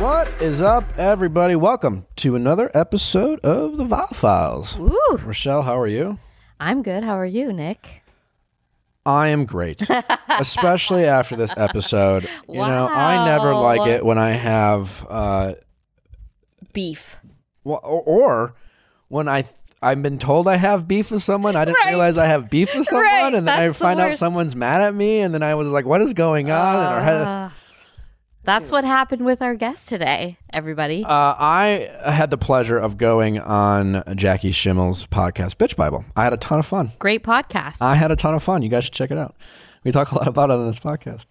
What is up, everybody? Welcome to another episode of the Vile Files. Ooh, Rochelle, how are you? I'm good. How are you, Nick? I am great, especially after this episode. You know, I never Wow. like it when I have, uh, Beef. well, or, or when I I've been told I have beef with someone. I didn't Right. realize I have beef with someone, Right, and then I that's the find out worst. someone's mad at me, and then I was like, "What is going on?" and our Ah. head, That's what happened with our guest today, everybody. Uh, I had the pleasure of going on Jackie Schimmel's podcast, Bitch Bible. I had a ton of fun. Great podcast. I had a ton of fun. You guys should check it out. We talk a lot about it on this podcast.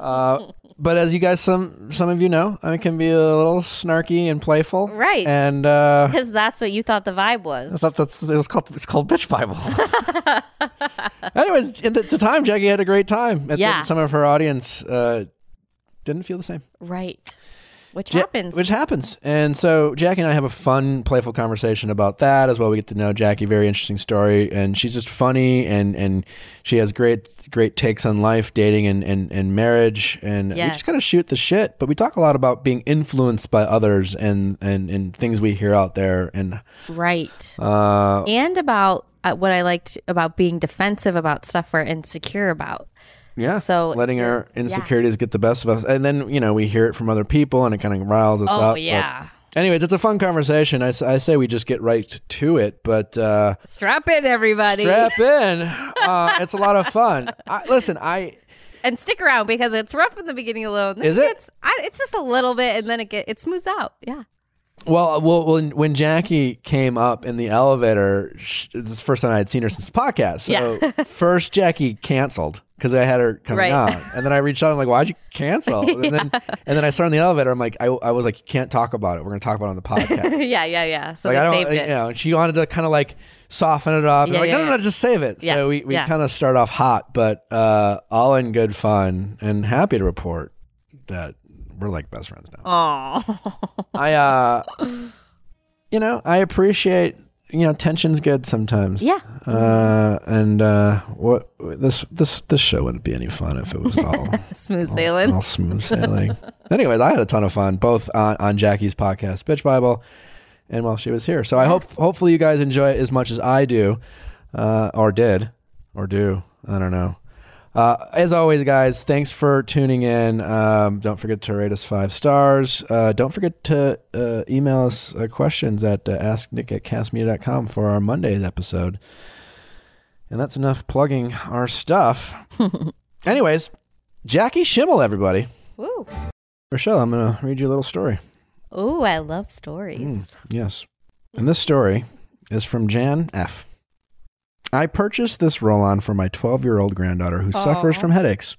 uh, but as you guys, some some of you know, I can be a little snarky and playful, Right. And uh, Because that's what you thought the vibe was. that's, that's it was called it's called Bitch Bible. Anyways, at the, the time, Jackie had a great time. And Yeah. some of her audience uh, didn't feel the same. Right. Which Ja- happens. Which happens. And so Jackie and I have a fun, playful conversation about that as well. We get to know Jackie, very interesting story, and she's just funny and and she has great great takes on life, dating and and, and marriage. And we Yes. just kind of shoot the shit, but we talk a lot about being influenced by others and and and things we hear out there and right. uh and about uh, what I liked about being defensive about stuff we're insecure about. yeah. So- letting our insecurities get the best of us. And then, you know, we hear it from other people and it kind of riles us Oh, up. but- yeah. Anyways, it's a fun conversation. I, s- I say we just get right to it, but uh, Strap in, everybody. strap in. Uh, it's a lot of fun. I, listen, I and stick around because it's rough in the beginning alone. Then Is it? Gets, I, it's just a little bit and then it get, it smooths out. Yeah. well, well when, when Jackie came up in the elevator, sh this is the first time I had seen her since the podcast. So first, Jackie canceled because I had her coming Right. on, and then I reached out. I'm like, "Why'd you cancel?" And then and then I saw her in the elevator. I'm like, I, I was like, "You can't talk about it. We're gonna talk about it on the podcast." yeah, yeah, yeah. So Like they I don't, saved like, it. you know. She wanted to kind of like soften it up. and Yeah, like, no, yeah, no, no, yeah. just save it. Yeah, So we, we yeah. kind of start off hot, but uh, all in good fun, and happy to report that we're like best friends now. Oh, I, uh, you know, I appreciate you know tension's good sometimes. yeah. Uh, and uh, what this this this show wouldn't be any fun if it was all Smooth sailing. all smooth sailing. Anyways, I had a ton of fun both on, on Jackie's podcast, Bitch Bible, and while she was here. So I hope hopefully you guys enjoy it as much as I do, uh, or did, or do. I don't know. Uh, as always, guys, thanks for tuning in. Um, don't forget to rate us five stars. Uh, don't forget to uh, email us uh, questions at uh, asknick at castmedia.com for our Monday's episode. And that's enough plugging our stuff. Anyways, Jackie Schimmel, everybody. Ooh. Rochelle, I'm going to read you a little story. Mm, Ooh, I love stories. Yes. And this story is from Jan F. I purchased this roll on for my 12 year old granddaughter who suffers Aw. from headaches.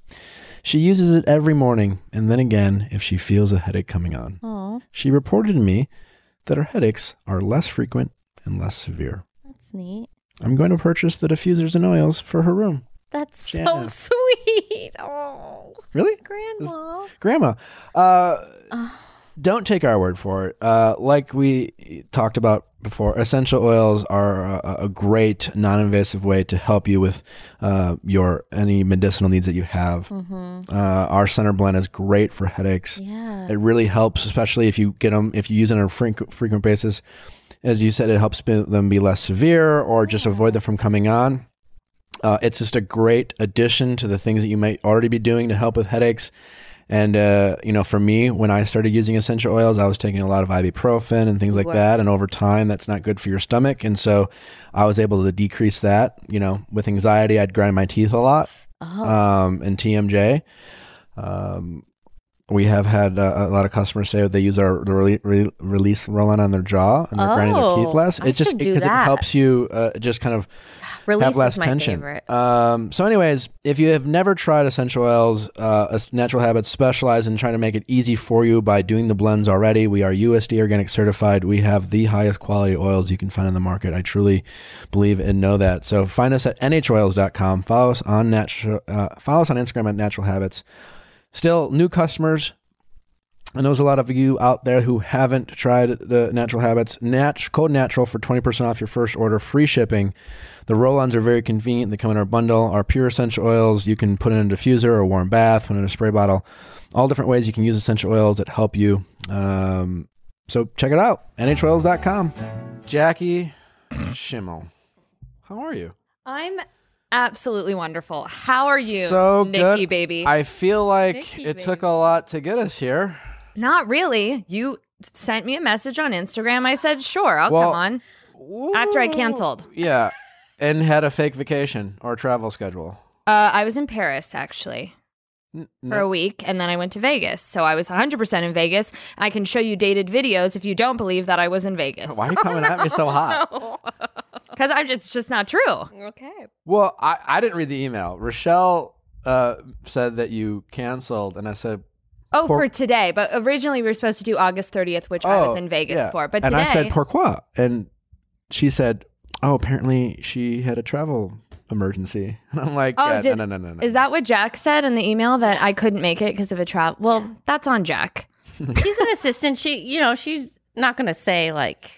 She uses it every morning and then again if she feels a headache coming on. Oh, She reported to me that her headaches are less frequent and less severe. that's neat. I'm going to purchase the diffusers and oils for her room. That's Yeah. so sweet. Oh, Really? grandma. Grandma. Uh, don't take our word for it. Uh, like we talked about before, essential oils are a, a great non-invasive way to help you with uh, your any medicinal needs that you have. Uh, our center blend is great for headaches. Yeah. It really helps, especially if you get them if you use it on a frequent, frequent basis. As you said, it helps be- them be less severe or just avoid them from coming on. Uh, it's just a great addition to the things that you might already be doing to help with headaches. And uh, you know, for me, when I started using essential oils, I was taking a lot of ibuprofen and things like Wow. that. And over time, that's not good for your stomach. And so, I was able to decrease that. You know, with anxiety, I'd grind my teeth a lot Oh, um, and TMJ. Um, we have had uh, a lot of customers say that they use our the rele- re- release roll-on on their jaw and they're grinding their teeth Oh, less. I It just should do because it that. helps you uh, just kind of release have less is my tension. favorite. Um, so, anyways, if you have never tried essential oils, uh, As- Natural Habits specialize in trying to make it easy for you by doing the blends already. We are USD organic certified. We have the highest quality oils you can find on the market. I truly believe and know that. So, find us at nhoils.com. Follow us on natural. Uh, follow us on Instagram at Natural Habits. Still, new customers. And there's a lot of you out there who haven't tried the natural habits. Nat- code natural for 20% off your first order, free shipping. The roll-ons are very convenient. They come in our bundle. Our pure essential oils, you can put in a diffuser or a warm bath, put in a spray bottle. all different ways you can use essential oils that help you. Um, so check it out, nhoils.com. Jackie Schimmel, how are you? I'm absolutely wonderful. How are you, So Nikki good. baby? I feel like Nikki, it baby. took a lot to get us here. Not really. You sent me a message on Instagram. I said, "Sure, I'll Well- come on." After I canceled. Yeah. And had a fake vacation or travel schedule. Uh, I was in Paris actually N- for a week, and then I went to Vegas. So I was 100% in Vegas. I can show you dated videos if you don't believe that I was in Vegas. Why are you coming at me so hot? Because I'm just, it's just not true. okay. Well, I, I didn't read the email. Rochelle uh, said that you canceled, and I said, Oh, Por- for, today. But originally we were supposed to do August 30th, which I Oh, was in Vegas yeah. for. But and today, I said, pourquoi? And she said, oh, apparently she had a travel emergency. And I'm like, Oh, yeah, did- no, no, no, no, no. Is that what Jack said in the email that I couldn't make it because of a travel? Well, that's on Jack. She's an assistant. She, you know, she's not going to say like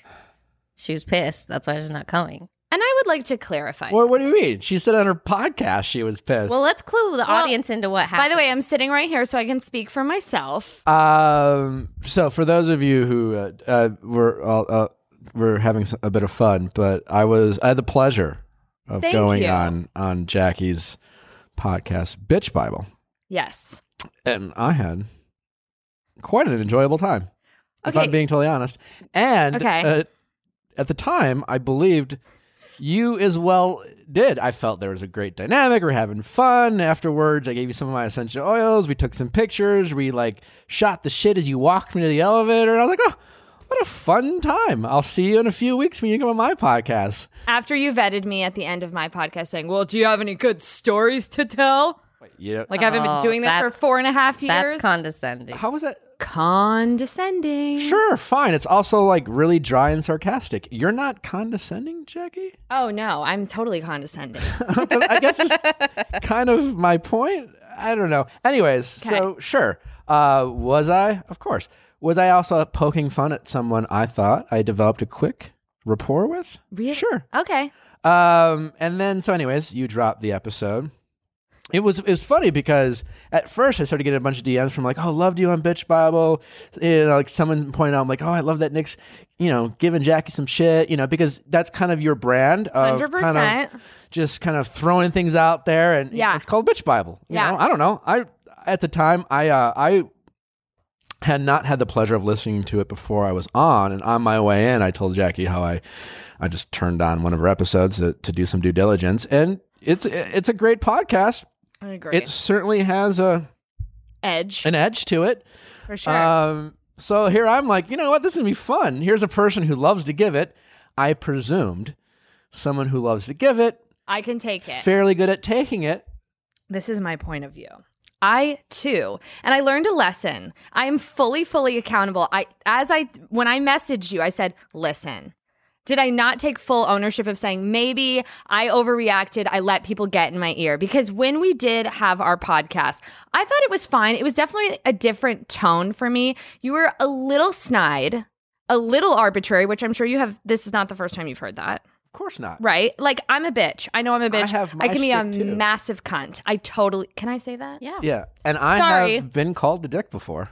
she was pissed. That's why she's not coming. And I would like to clarify. Well, what do you mean? She said on her podcast she was pissed. Well, let's clue the audience into what By happened. the way, I'm sitting right here so I can speak for myself. Um. So for those of you who uh, uh, were all, uh, were having s- a bit of fun, but I was I had the pleasure of Thank going you. on on Jackie's podcast, Bitch Bible, Yes. and I had quite an enjoyable time. If I'm Okay. being totally honest, and Okay. uh, at the time, I believed you as well did. I felt there was a great dynamic. We're having fun. Afterwards, I gave you some of my essential oils. We took some pictures. We like shot the shit as you walked me to the elevator. And I was like, oh, what a fun time. I'll see you in a few weeks when you come on my podcast. After you vetted me at the end of my podcast saying, Well, do you have any good stories to tell? Yeah. Like, I haven't Oh, been doing that for that's- four and a half years. that's condescending. how was that? Condescending. Sure, fine. It's also like really dry and sarcastic. You're not condescending, Jackie? Oh, no, I'm totally condescending. I guess it's kind of my point. I don't know. Anyways, so sure. Uh, was I? Of course. Was I also poking fun at someone I thought I developed a quick rapport with? Really? Sure. okay. Um, and then, so, anyways, you dropped the episode. It was it was funny because at first I started getting a bunch of DMs from like, oh, loved you on Bitch Bible. You know, like someone pointed out, I'm like, oh, I love that Nick's, you know, giving Jackie some shit, you know, because that's kind of your brand of Oh, kind of 100%. just kind of throwing things out there, and Yeah. it's called Bitch Bible. You Yeah. know? I don't know. I at the time I uh, I had not had the pleasure of listening to it before I was on, and on my way in, I told Jackie how I I just turned on one of her episodes to, to do some due diligence, and it's it's a great podcast. I agree. It certainly has a Edge. an edge to it. for sure. Um, so here I'm like, you know what? This is gonna be fun. Here's a person who loves to give it. I presumed someone who loves to give it, I can take it. fairly good at taking it. this is my point of view i too and i learned a lesson i am fully fully accountable i as i when i messaged you i said listen did i not take full ownership of saying maybe i overreacted i let people get in my ear because when we did have our podcast i thought it was fine it was definitely a different tone for me you were a little snide a little arbitrary which i'm sure you have this is not the first time you've heard that Of course not. Right? Like I'm a bitch. I know I'm a bitch. have my can be a shtick, too. massive cunt. I totally can I say that? yeah. Yeah, and I Sorry. have been called the dick before.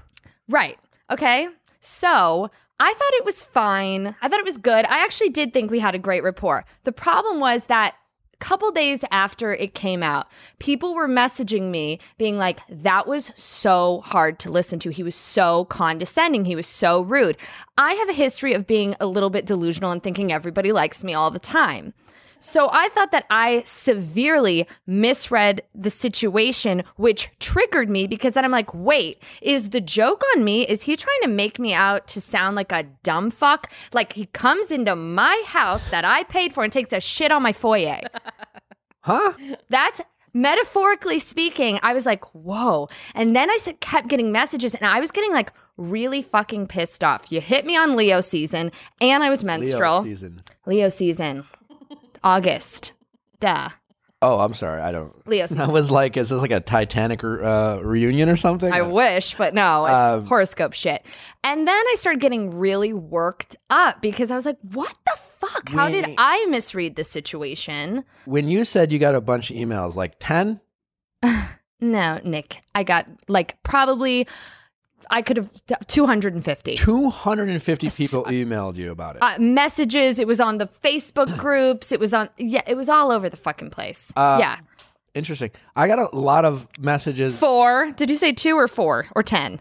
Right. Okay. So I thought it was fine. I thought it was good. I actually did think we had a great rapport. The problem was that a couple days after it came out, people were messaging me being like, that was so hard to listen to. He was so condescending. He was so rude. I have a history of being a little bit delusional and thinking everybody likes me all the time. So I thought that I severely misread the situation, which triggered me because then I'm like, wait, is the joke on me? Is he trying to make me out to sound like a dumb fuck? Like he comes into my house that I paid for and takes a shit on my foyer. Huh? That's metaphorically speaking, I was like, whoa. And then I s- kept getting messages and I was getting like really fucking pissed off. You hit me on Leo season and I was menstrual. Leo season. Leo season, August. Duh. Oh, I'm sorry. I don't. Leo season. That was like, is this like a Titanic uh, reunion or something? I wish, but no, it's Um, horoscope shit. And then I started getting really worked up because I was like, what the fuck? How did We- I misread this situation? when you said you got a bunch of emails, like 10, No, Nick, I got like probably I could have 250 250 people emailed you about it. uh, messages. It was on the Facebook groups. It was on yeah. It was all over the fucking place. Uh, yeah, Interesting. I got a lot of messages. four. Did you say two or four or ten?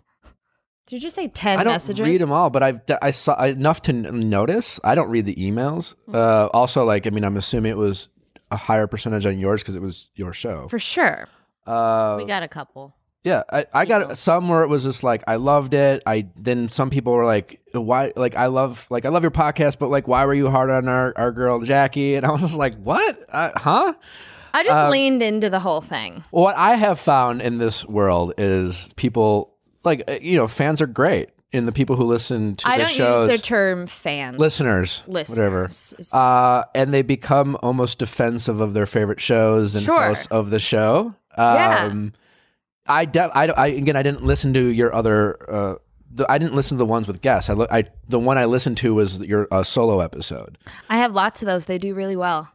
Did you just say ten I don't messages? read them all, but I've I saw enough to n- notice. I don't read the emails. Mm. Uh, also, like I mean, I'm assuming it was a higher percentage on yours because it was your show. for sure. Uh, We got a couple. yeah, I, I got some where it was just like I loved it. I then some people were like, why? Like I love like I love your podcast, but like why were you hard on our our girl Jackie? And I was just like, what? Uh, huh? I just Uh, leaned into the whole thing. What I have found in this world is people like uh, you know fans are great, and the people who listen to I the don't shows, use the term fan. listeners, um, Listeners. whatever, Is- uh, and they become almost defensive of their favorite shows and Sure. hosts of the show. Um, Yeah. I, de- I, I again, I didn't listen to your other. Uh, the, I didn't listen to the ones with guests. I, lo- I the one I listened to was your uh, solo episode. I have lots of those. They do really well.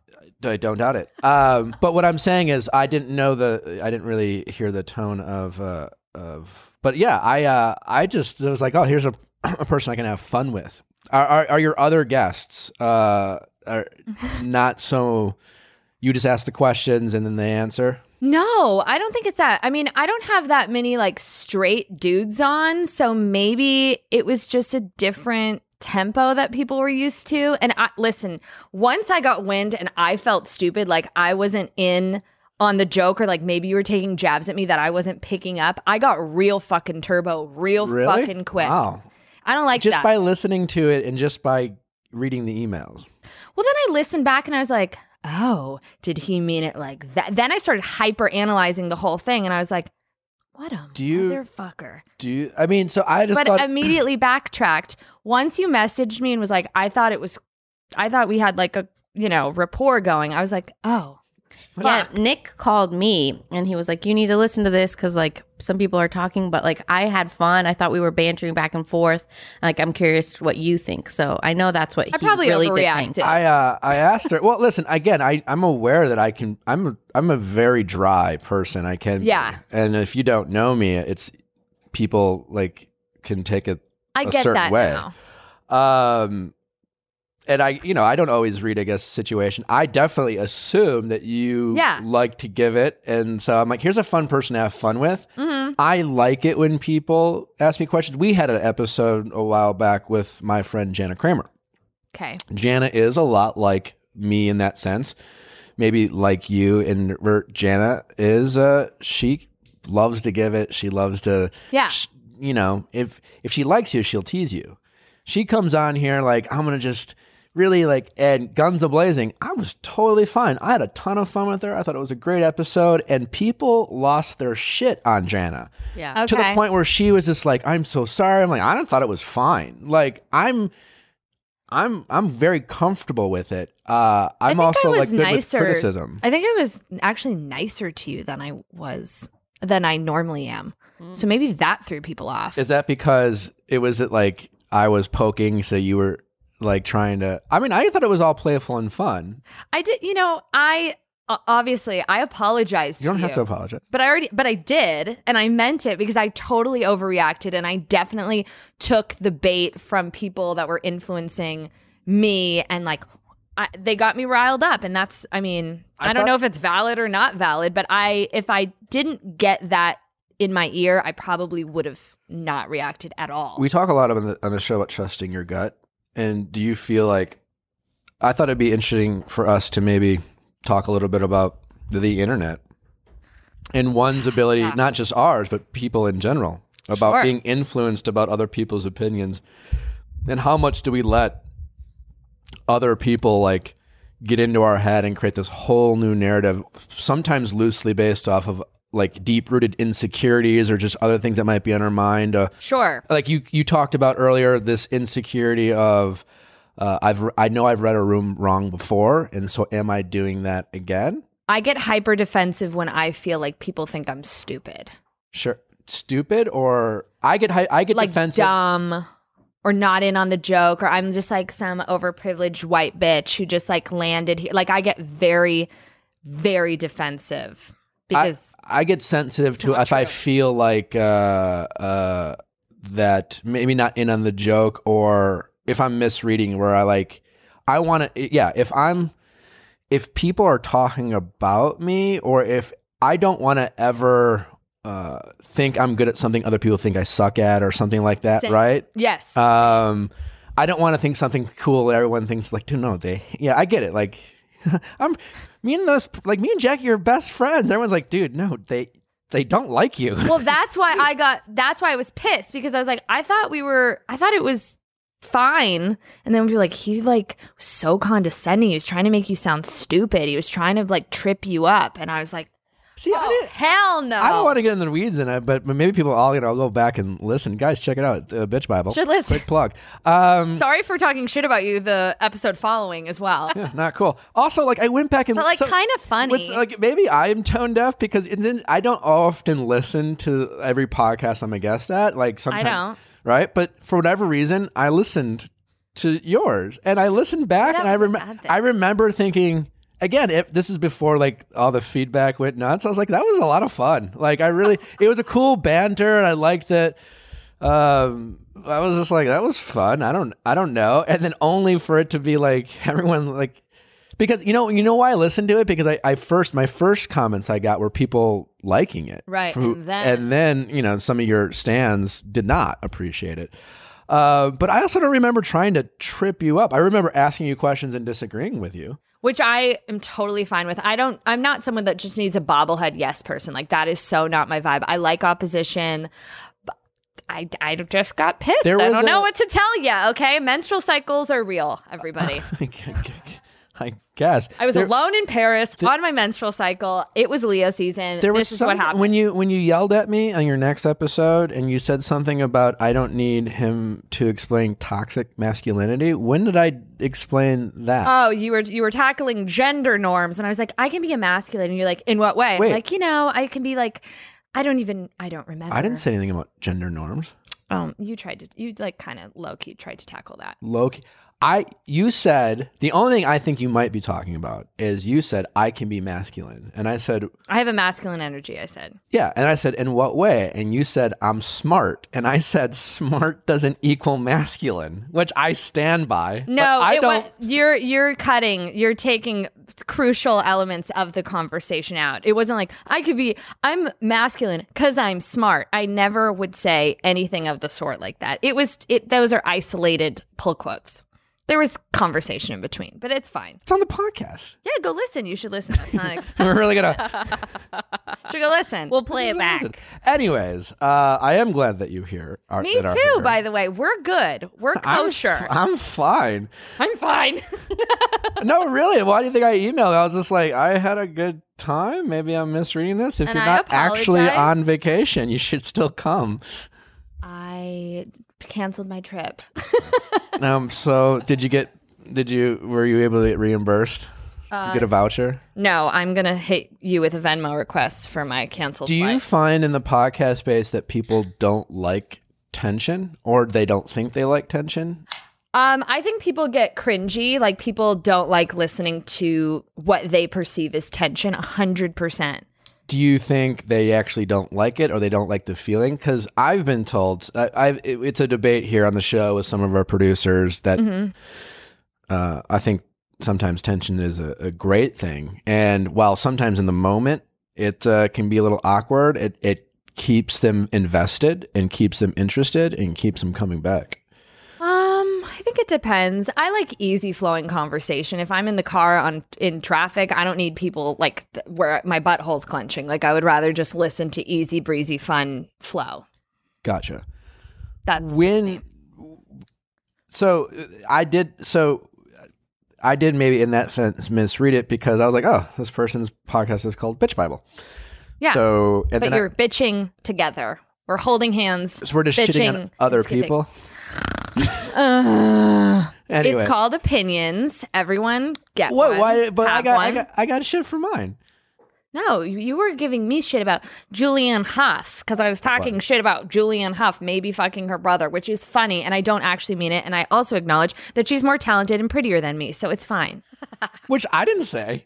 I don't doubt it. Um, but what I'm saying is, I didn't know the, I didn't really hear the tone of, uh, of. But yeah, I, uh, I just it was like, oh, here's a, a person I can have fun with. Are, are, are your other guests uh, are not so? You just ask the questions and then they answer. No, I don't think it's that. I mean, I don't have that many like straight dudes on, so maybe it was just a different tempo that people were used to. And I listen, once I got wind and I felt stupid, like I wasn't in on the joke or like maybe you were taking jabs at me that I wasn't picking up. I got real fucking turbo, real Really? fucking quick. Wow. I don't like Just that. by listening to it and just by reading the emails. Well, then I listened back and I was like, oh, did he mean it like that? Then I started hyper analyzing the whole thing and I was like, what a Do you- motherfucker. Do you? I mean, so I just But thought. immediately backtracked. Once you messaged me and was like, I thought it was, I thought we had like a, you know, rapport going. I was like, oh, Yeah, Nick called me and he was like, "You need to listen to this because like some people are talking, but like I had fun. I thought we were bantering back and forth. Like I'm curious what you think. So I know that's what I he probably really did think. overreacted. I uh, I asked her. Well, listen, again, I I'm aware that I can. I'm a, I'm a very dry person. I can. be. Yeah. And if you don't know me, it's people like can take it. I a get certain that way. now. Um, and I you know I don't always read I guess situation. I definitely assume that you Yeah. like to give it, and so I'm like, here's a fun person to have fun with. Mhm. I like it when people ask me questions. We had an episode a while back with my friend Jana Kramer. Okay. Jana is a lot like me in that sense. Maybe like you and where Jana is uh she loves to give it. She loves to Yeah. sh- you know, if if she likes you, she'll tease you. She comes on here like I'm going to just really like and guns a blazing. I was totally fine. I had a ton of fun with her. I thought it was a great episode and people lost their shit on Jana Yeah. Okay. to the point where she was just like, "I'm so sorry." I'm like, "I thought it was fine." Like, I'm, I'm, I'm very comfortable with it. Uh, I'm think I also was like good nicer. with criticism. I think I was actually nicer to you than I was, than I normally am. So maybe that threw people off. Is that because it was that like I was poking, so you were like trying to? I mean, I thought it was all playful and fun. I did, you know, I o- obviously I apologized. You don't to have to apologize. But I already, but I did, and I meant it because I totally overreacted, and I definitely took the bait from people that were influencing me, and like I, they got me riled up, and that's, I mean, I, I don't thought- know if it's valid or not valid, but I, if I didn't get that in my ear, I probably would have not reacted at all. We talk a lot on the, on the show about trusting your gut, and do you feel like? I thought it'd be interesting for us to maybe talk a little bit about the, the internet and one's ability, Yeah. not just ours, but people in general, about Sure. being influenced about other people's opinions, and how much do we let other people like get into our head and create this whole new narrative, sometimes loosely based off of like deep rooted insecurities or just other things that might be on our mind. Uh, sure, like you you talked about earlier this insecurity of uh, I've I know I've read a room wrong before, and so am I doing that again? I get hyper defensive when I feel like people think I'm stupid. Sure, stupid or I get hy- I get like defensive. dumb or not in on the joke or I'm just like some overprivileged white bitch who just like landed here. Like I get very very defensive because I get sensitive to not if I true. feel like uh, uh, that maybe not in on the joke or if I'm misreading where I like I want to yeah if I'm if people are talking about me or if I don't want to ever uh, think I'm good at something other people think I suck at or something like that Same. right Yes. um, I don't want to think something cool. that Everyone thinks like, dude, no, they. Yeah, I get it. Like, I'm me and those like me and Jackie are best friends. Everyone's like, dude, no, they they don't like you. well, that's why I got. That's why I was pissed because I was like, I thought we were. I thought it was fine, and then we were like, he like was so condescending. He was trying to make you sound stupid. He was trying to like trip you up, and I was like, See, I oh, didn't. hell no. I don't want to get in the weeds in it, but but maybe people all you know go back and listen. Guys, check it out, uh, Bitch Bible. Should listen. Quick plug. Um, Sorry for talking shit about you. The episode following as well, yeah, not cool. Also, like I went back and but like so- kind of funny. What's, like maybe I'm tone deaf because and then I don't often listen to every podcast I'm a guest at. Like sometimes, don't. right? But for whatever reason, I listened to yours and I listened back That and I wasn't remember. bad then. I remember thinking again. If this is before like all the feedback went nuts, I was like, that was a lot of fun. Like I really, it was a cool banter, and I liked that. Um, I was just like, that was fun. I don't, I don't know. And then only for it to be like everyone like, because you know, you know why I listened to it because I, I first my first comments I got were people liking it, Right, Who- and then- and then you know some of your stands did not appreciate it. Uh, but I also don't remember trying to trip you up. I remember asking you questions and disagreeing with you. which I am totally fine with. I don't. I'm not someone that just needs a bobblehead yes person. Like that is so not my vibe. I like opposition. but I, I just got pissed. There I was don't a- know what to tell you. Okay, menstrual cycles are real. Everybody. I guess I was There- alone in Paris on my menstrual cycle. It was Leo season. There was this is some, what happened. when you when you yelled at me on your next episode and you said something about I don't need him to explain toxic masculinity. When did I explain that? Oh, you were you were tackling gender norms, and I was like, I can be emasculated. And you're like, in what way? Wait. Like, you know, I can be like, I don't even, I don't remember. I didn't say anything about gender norms. Um, you tried to, you like kind of low key tried to tackle that. Low key. I you said the only thing I think you might be talking about is you said I can be masculine. And I said, I have a masculine energy, I said. yeah, and I said, in what way? And you said I'm smart. And I said smart doesn't equal masculine, which I stand by. but No, I it don't was you're you're cutting, you're taking crucial elements of the conversation out. It wasn't like I could be I'm masculine cuz I'm smart. I never would say anything of the sort like that. It was it those are isolated pull quotes. There was conversation in between, but it's fine. it's on the podcast. Yeah, go listen. You should listen. That's not ex- We're really gonna should go listen. we'll play it back. Anyways, uh, I am glad that you here. Are, me that are too, here. by the way. We're good. We're I'm kosher. f- I'm fine. I'm fine. no, really. Why do you think I emailed? I was just like, I had a good time. Maybe I'm misreading this. If And you're I not actually apologize. on vacation, you should still come. I canceled my trip. um. So, did you get? Did you? Were you able to get reimbursed? you Uh, get a voucher. No, I'm gonna hit you with a Venmo request for my canceled. Do you flight. find in the podcast space that people don't like tension, or they don't think they like tension? Um, I think people get cringy. Like people don't like listening to what they perceive as tension. hundred percent. do you think they actually don't like it or they don't like the feeling? Because I've been told, I, I've, it- it's a debate here on the show with some of our producers that uh, I think sometimes tension is a, a great thing. And while sometimes in the moment it uh, can be a little awkward, it, it keeps them invested and keeps them interested and keeps them coming back. Um, I think it depends. I like easy flowing conversation. If I'm in the car on in traffic, I don't need people like th- where my butthole's clenching. Like I would rather just listen to easy breezy fun flow. Gotcha. That's just me. when so uh, i did so uh, i did maybe in that sense misread it because i was like oh this person's podcast is called bitch bible yeah. so and but then I- you're bitching together. We're holding hands. so we're just shitting bitching on other and skipping. people anyway Uh, It's called opinions. Everyone get what one. why but I have got, I one. got i got shit for mine no. You you were giving me shit about Julianne Hough because I was talking shit about Julianne Hough maybe fucking her brother, which is funny, and I don't actually mean it. And I also acknowledge that she's more talented and prettier than me, so it's fine. which i didn't say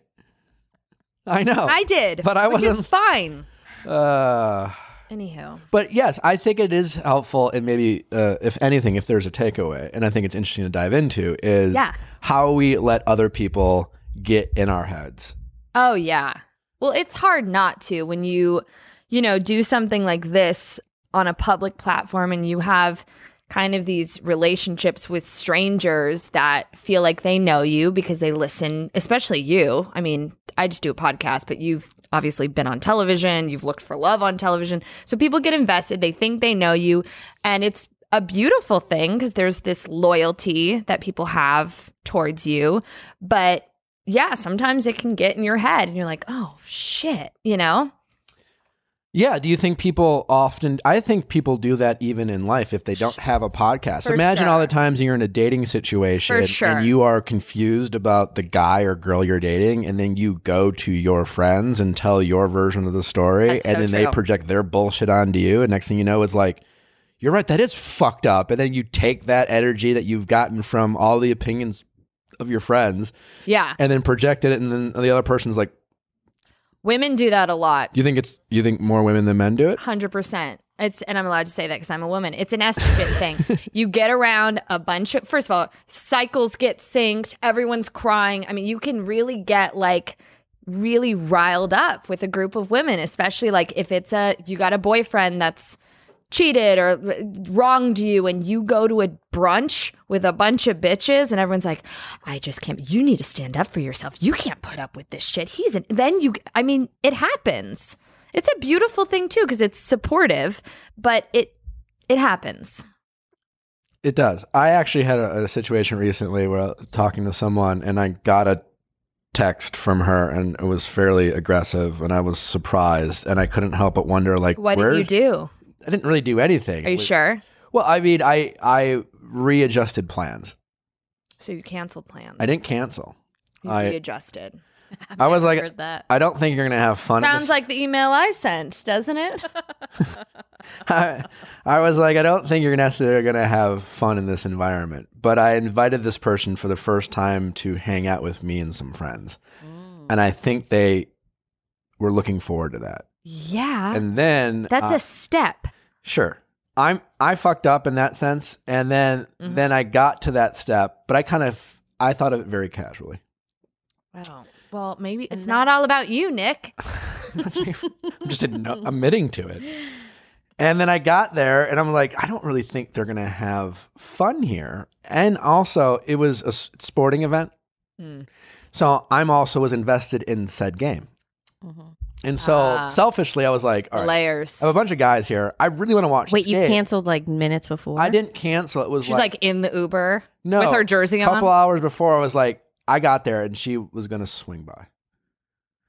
I know. I did, But I which is wasn't- fine. Uh, Anywho, but yes, I think it is helpful, and maybe uh, if anything, if there's a takeaway, and I think it's interesting to dive into is Yeah. how we let other people get in our heads. oh yeah. Well, it's hard not to when you, you know, do something like this on a public platform and you have kind of these relationships with strangers that feel like they know you because they listen, especially you. I mean, I just do a podcast, but you've obviously been on television, you've looked for love on television. So people get invested, they think they know you, and it's a beautiful thing because there's this loyalty that people have towards you. But yeah, sometimes it can get in your head and you're like, oh shit, you know? Yeah. Do you think people often? I think people do that even in life if they don't have a podcast. For Imagine sure. all the times you're in a dating situation For sure. and you are confused about the guy or girl you're dating, and then you go to your friends and tell your version of the story, That's and so then they true. project their bullshit onto you. And next thing you know, it's like. You're right. That is fucked up. And then you take that energy that you've gotten from all the opinions of your friends Yeah. and then projected it. And then the other person's like, Women do that a lot. you think it's, you think more women than men do it? Hundred percent. It's and I'm allowed to say that because I'm a woman. It's an estrogen thing. You get around a bunch of first of all, cycles get synced. Everyone's crying. I mean, you can really get like really riled up with a group of women, especially like if it's a you got a boyfriend that's cheated or wronged you and you go to a brunch with a bunch of bitches and everyone's like I just can't you need to stand up for yourself you can't put up with this shit he's an then you I mean it happens it's a beautiful thing too because it's supportive but it it happens It does. I actually had a, a situation recently where I was talking to someone and I got a text from her and it was fairly aggressive and I was surprised and I couldn't help but wonder like what where did you do I didn't really do anything. are you Like- sure Well, I mean, I I readjusted plans. so you canceled plans I didn't cancel. you I- readjusted I was like heard that. I don't think you're going to have fun. at sounds this- like the email I sent doesn't it I, I was like, I don't think you're necessarily going to have fun in this environment. But I invited this person for the first time to hang out with me and some friends. Mm. And I think they were looking forward to that. yeah And uh, then Ah, that's I- a step sure. I'm I fucked up in that sense and then Mm-hmm. then I got to that step, but I kind of I thought of it very casually. wow well maybe it's And not all about you Nick I'm just adno- admitting to it. And then I got there and I'm like, I don't really think they're going to have fun here. And also, it was a s- sporting event. Mm. So I'm also was invested in said game. And so Ah. selfishly, I was like, all right, layers I have a bunch of guys here. I really want to watch Wait, this you game. canceled like minutes before? I didn't cancel. It was she's like in the Uber no, with her jersey A couple on hours before, I was like, I got there and she was going to swing by.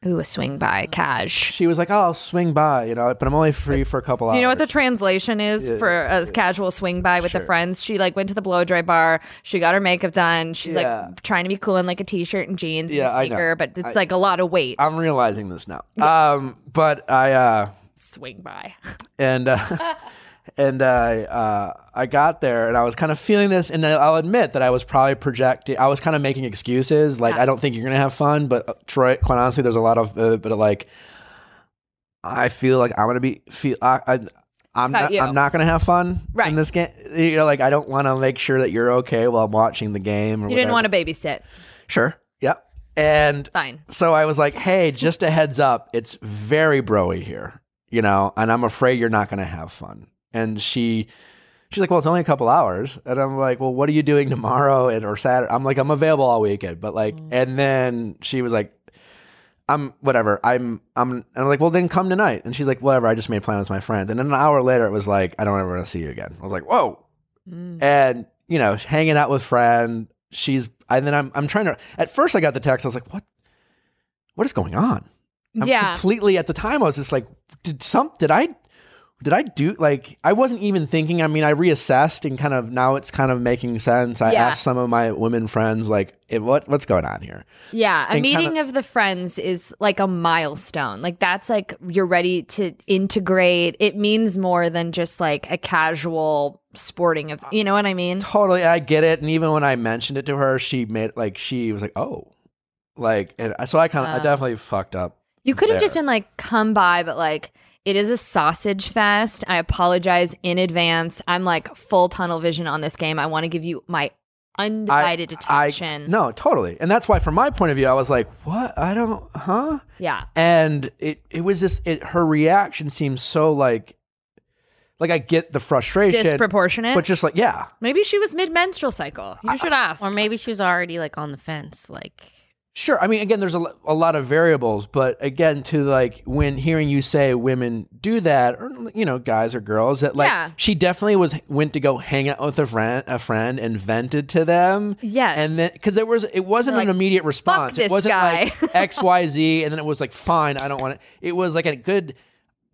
ooh a swing by cash She was like, oh, I'll swing by, you know, but I'm only free for a couple hours. Do you know what the translation is Yeah, for a casual swing by with Sure. the friends? She like went to the blow dry bar. She got her makeup done. She's Yeah. like trying to be cool in like a t shirt and jeans Yeah, and I a know. sneaker, but it's I- like a lot of weight. I'm realizing this now. Um, but I uh, swing by. and uh, and I uh, I got there and I was kind of feeling this, and I- I'll admit that I was probably projecting. I was kind of making excuses, like I don't think you're gonna have fun. But uh, Troy, quite honestly, there's a lot of uh, but like I feel like I'm gonna be feel I. I I'm About not, you. I'm not going to have fun Right. in this game. You know, like I don't want to make sure that you're okay while I'm watching the game. Or You didn't whatever. want to babysit. Sure. Yep. And Fine. so I was like, hey, just a heads up, it's very broy here, you know, and I'm afraid you're not going to have fun. And she, she's like, well, it's only a couple hours, and I'm like, well, what are you doing tomorrow and or Saturday? I'm like, I'm available all weekend, but like, and then she was like, I'm whatever. I'm I'm and I'm like, well, then come tonight. And she's like, whatever. I just made plans with my friends. And then an hour later, it was like, I don't ever want to see you again. I was like, whoa, Mm. and you know hanging out with friend she's and then i'm i'm trying to at first i got the text i was like what what is going on I'm yeah. completely at the time i was just like did some did i did i do like i wasn't even thinking i mean i reassessed and kind of now it's kind of making sense i Yeah. asked some of my women friends like eh, what what's going on here yeah. A and meeting kinda- of the friends is like a milestone. Like that's like you're ready to integrate. It means more than just like a casual sporting of you know what I mean? totally i get it and even when i mentioned it to her she made like she was like oh like and I- so i kind of i Wow. definitely fucked up You could have just there. been like, come by, but like, it is a sausage fest. I apologize in advance. I'm like full tunnel vision on this game. I want to give you my undivided I- attention. no, totally. And that's why, from my point of view, I was like, "What? I don't, huh?" Yeah. And it it was just it. Her reaction seems so like, like I get the frustration, Disproportionate. but just like, yeah, Maybe she was mid menstrual cycle. You should ask. Or maybe she was already like on the fence. Like, Sure. I mean, again, there's a, lo- a lot of variables, but again, to like when hearing you say women do that, or you know, guys or girls, that like Yeah. she definitely was went to go hang out with a friend, a friend, and vented to them. Yes. and then because there was, it wasn't an Like, immediate response. this it wasn't guy. like X, Y, Z, and then it was like, fine, I don't want it. It was like a good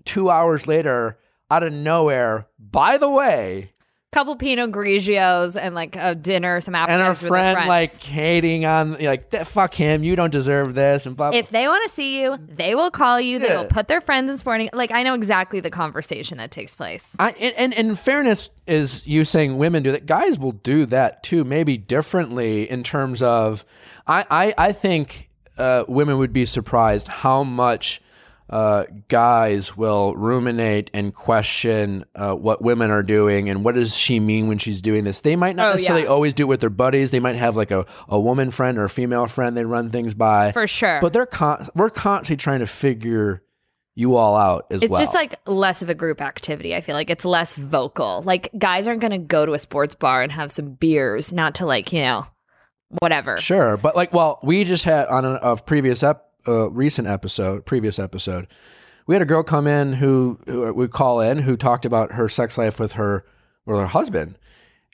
two hours later, out of nowhere. By the way, couple Pinot Grigios and like a dinner, some appetizers. and our with their friend friends. like hating on like "Th- fuck him, you don't deserve this, and blah. blah. If they want to see you, they will call you. They will Yeah. put their friends in sporting. Like I know exactly the conversation that takes place. I and, and and in fairness is you saying women do that. Guys will do that too, maybe differently in terms of I I, I think uh, women would be surprised how much uh, guys will ruminate and question uh, what women are doing and what does she mean when she's doing this. They might not Oh, necessarily yeah. always do it with their buddies. They might have like a, a woman friend or a female friend they run things by. For sure. But they're con- we're constantly trying to figure you all out as It's well. just like less of a group activity. I feel like it's less vocal. Like guys aren't going to go to a sports bar and have some beers, not to like you know, whatever. Sure, but like, well, we just had on a, a previous ep, uh, recent episode, previous episode, we had a girl come in who, who we call in who talked about her sex life with her with her husband,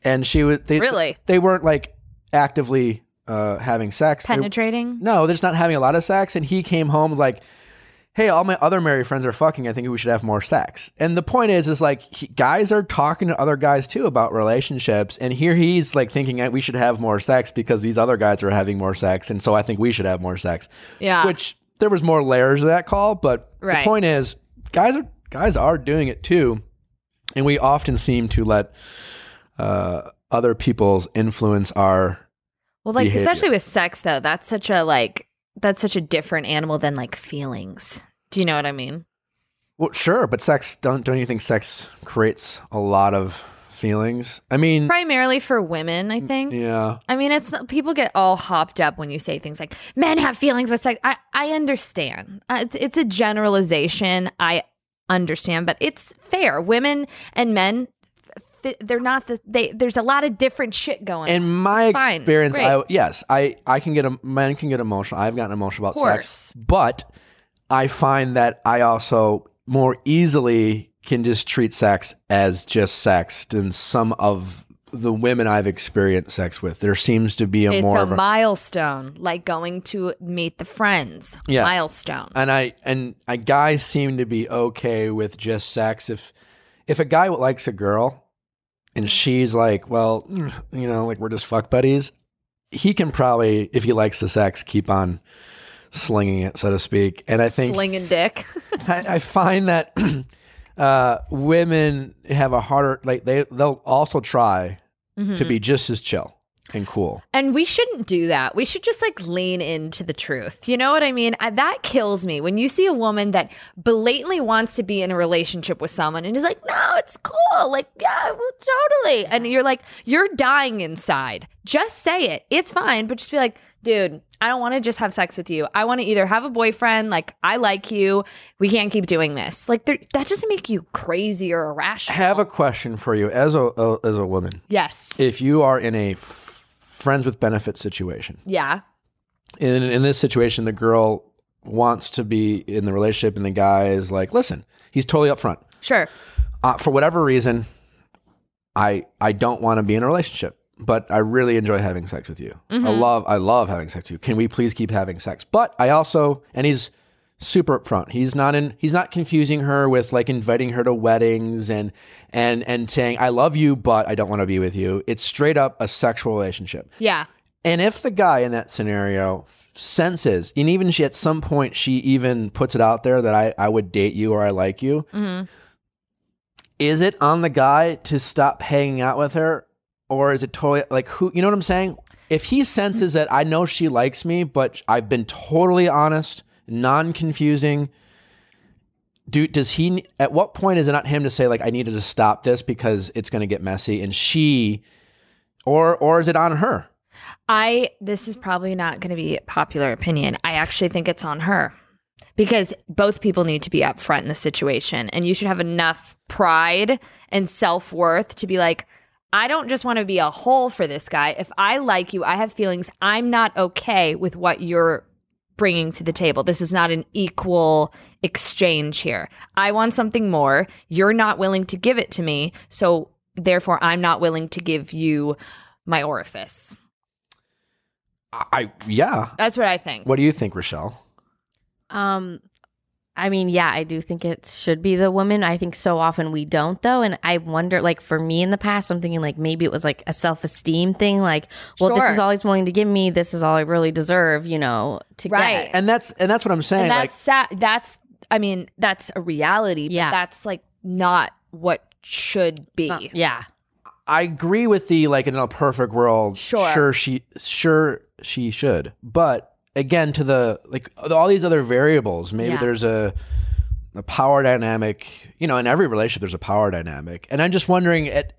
and she was they, Really? they weren't like actively uh, having sex. They- Penetrating. no, they're just not having a lot of sex. And he came home like, hey, all my other married friends are fucking. I think we should have more sex. And the point is, is like he, guys are talking to other guys too about relationships. And here he's like thinking "Eh, we should have more sex because these other guys are having more sex. And so I think we should have more sex. Yeah. Which there was more layers of that call. But Ah. the Right. point is, guys are guys are doing it too. And we often seem to let uh, other people's influence our Well, like behavior. especially with sex though, that's such a like that's such a different animal than like feelings. Do you know what I mean? Well, sure, but sex don't don't you think sex creates a lot of feelings? I mean, Primarily for women, Mm, I think. yeah, I mean, it's people get all hopped up when you say things like men have feelings with sex. I, I understand. Uh, It's, it's a generalization. I understand, but it's fair. Women and men, th- they're not the they. There's a lot of different shit going. in my Fine, it's experience, great. I yes, I I can get em- men can get emotional. I've gotten emotional about Course. sex, but I find that I also more easily can just treat sex as just sex than some of the women I've experienced sex with. There seems to be a it's more a of a milestone, like going to meet the friends. Yeah. milestone. and I and a guy seem to be okay with just sex. If if a guy likes a girl and she's like, well, mm, you know, like we're just fuck buddies, he can probably, if he likes the sex, keep on slinging it, so to speak. And I think slinging dick. I, I find that uh, women have a harder like they they'll also try to be just as chill and cool. And we shouldn't do that. We should just like lean into the truth. You know what I mean? I, that kills me when you see a woman that blatantly wants to be in a relationship with someone and is like, no, it's cool. Like, yeah, well, totally. And you're like, you're dying inside. Just say it. It's fine. But just be like, dude, I don't want to just have sex with you. I want to either have a boyfriend, like, I like you. We can't keep doing this. Like, there- that doesn't make you crazy or I irrational. have a question for you as a, a as a woman. yes. if you are in a f- friends with benefits situation, Yeah. in in this situation, the girl wants to be in the relationship, and the guy is like, "Listen, he's totally upfront. Sure. Uh, for whatever reason, I I don't want to be in a relationship, but I really enjoy having sex with you. I love I love having sex with you. Can we please keep having sex? But I also and he's super upfront. He's not in he's not confusing her with like inviting her to weddings and and and saying I love you, but I don't want to be with you. It's straight up a sexual relationship. Yeah. And if the guy in that scenario senses, and even she at some point she even puts it out there that I, I would date you or I like you, is it on the guy to stop hanging out with her? Or is it totally like who, you know what I'm saying? If he senses that I know she likes me, but I've been totally honest non-confusing. Do does he? At what point is it not him to say like I needed to stop this because it's going to get messy, and she, or or is it on her? I this is probably not going to be popular opinion. I actually think it's on her because both people need to be upfront in the situation and you should have enough pride and self-worth to be like I don't just want to be a hole for this guy. If I like you, I have feelings. I'm not okay with what you're bringing to the table. This is not an equal exchange here. I want something more. You're not willing to give it to me. So, therefore, I'm not willing to give you my orifice. I, I yeah. That's what I think. What do you think, Rochelle? Um, I mean, yeah, I do think it should be the woman. I think so often we don't, though. And I wonder, like, for me in the past, I'm thinking, like, maybe it was like a self esteem thing. Like, well, Sure. this is all he's willing to give me. This is all I really deserve, you know, to Right. get. And that's and that's what I'm saying. And like that's sad. That's I mean, that's a reality. Yeah. But that's like not what should be. Uh, yeah. I agree with the like in a perfect world, Sure. sure she, sure she should. But again, to the like all these other variables, maybe Yeah. there's a a power dynamic. You know, in every relationship, there's a power dynamic, and I'm just wondering at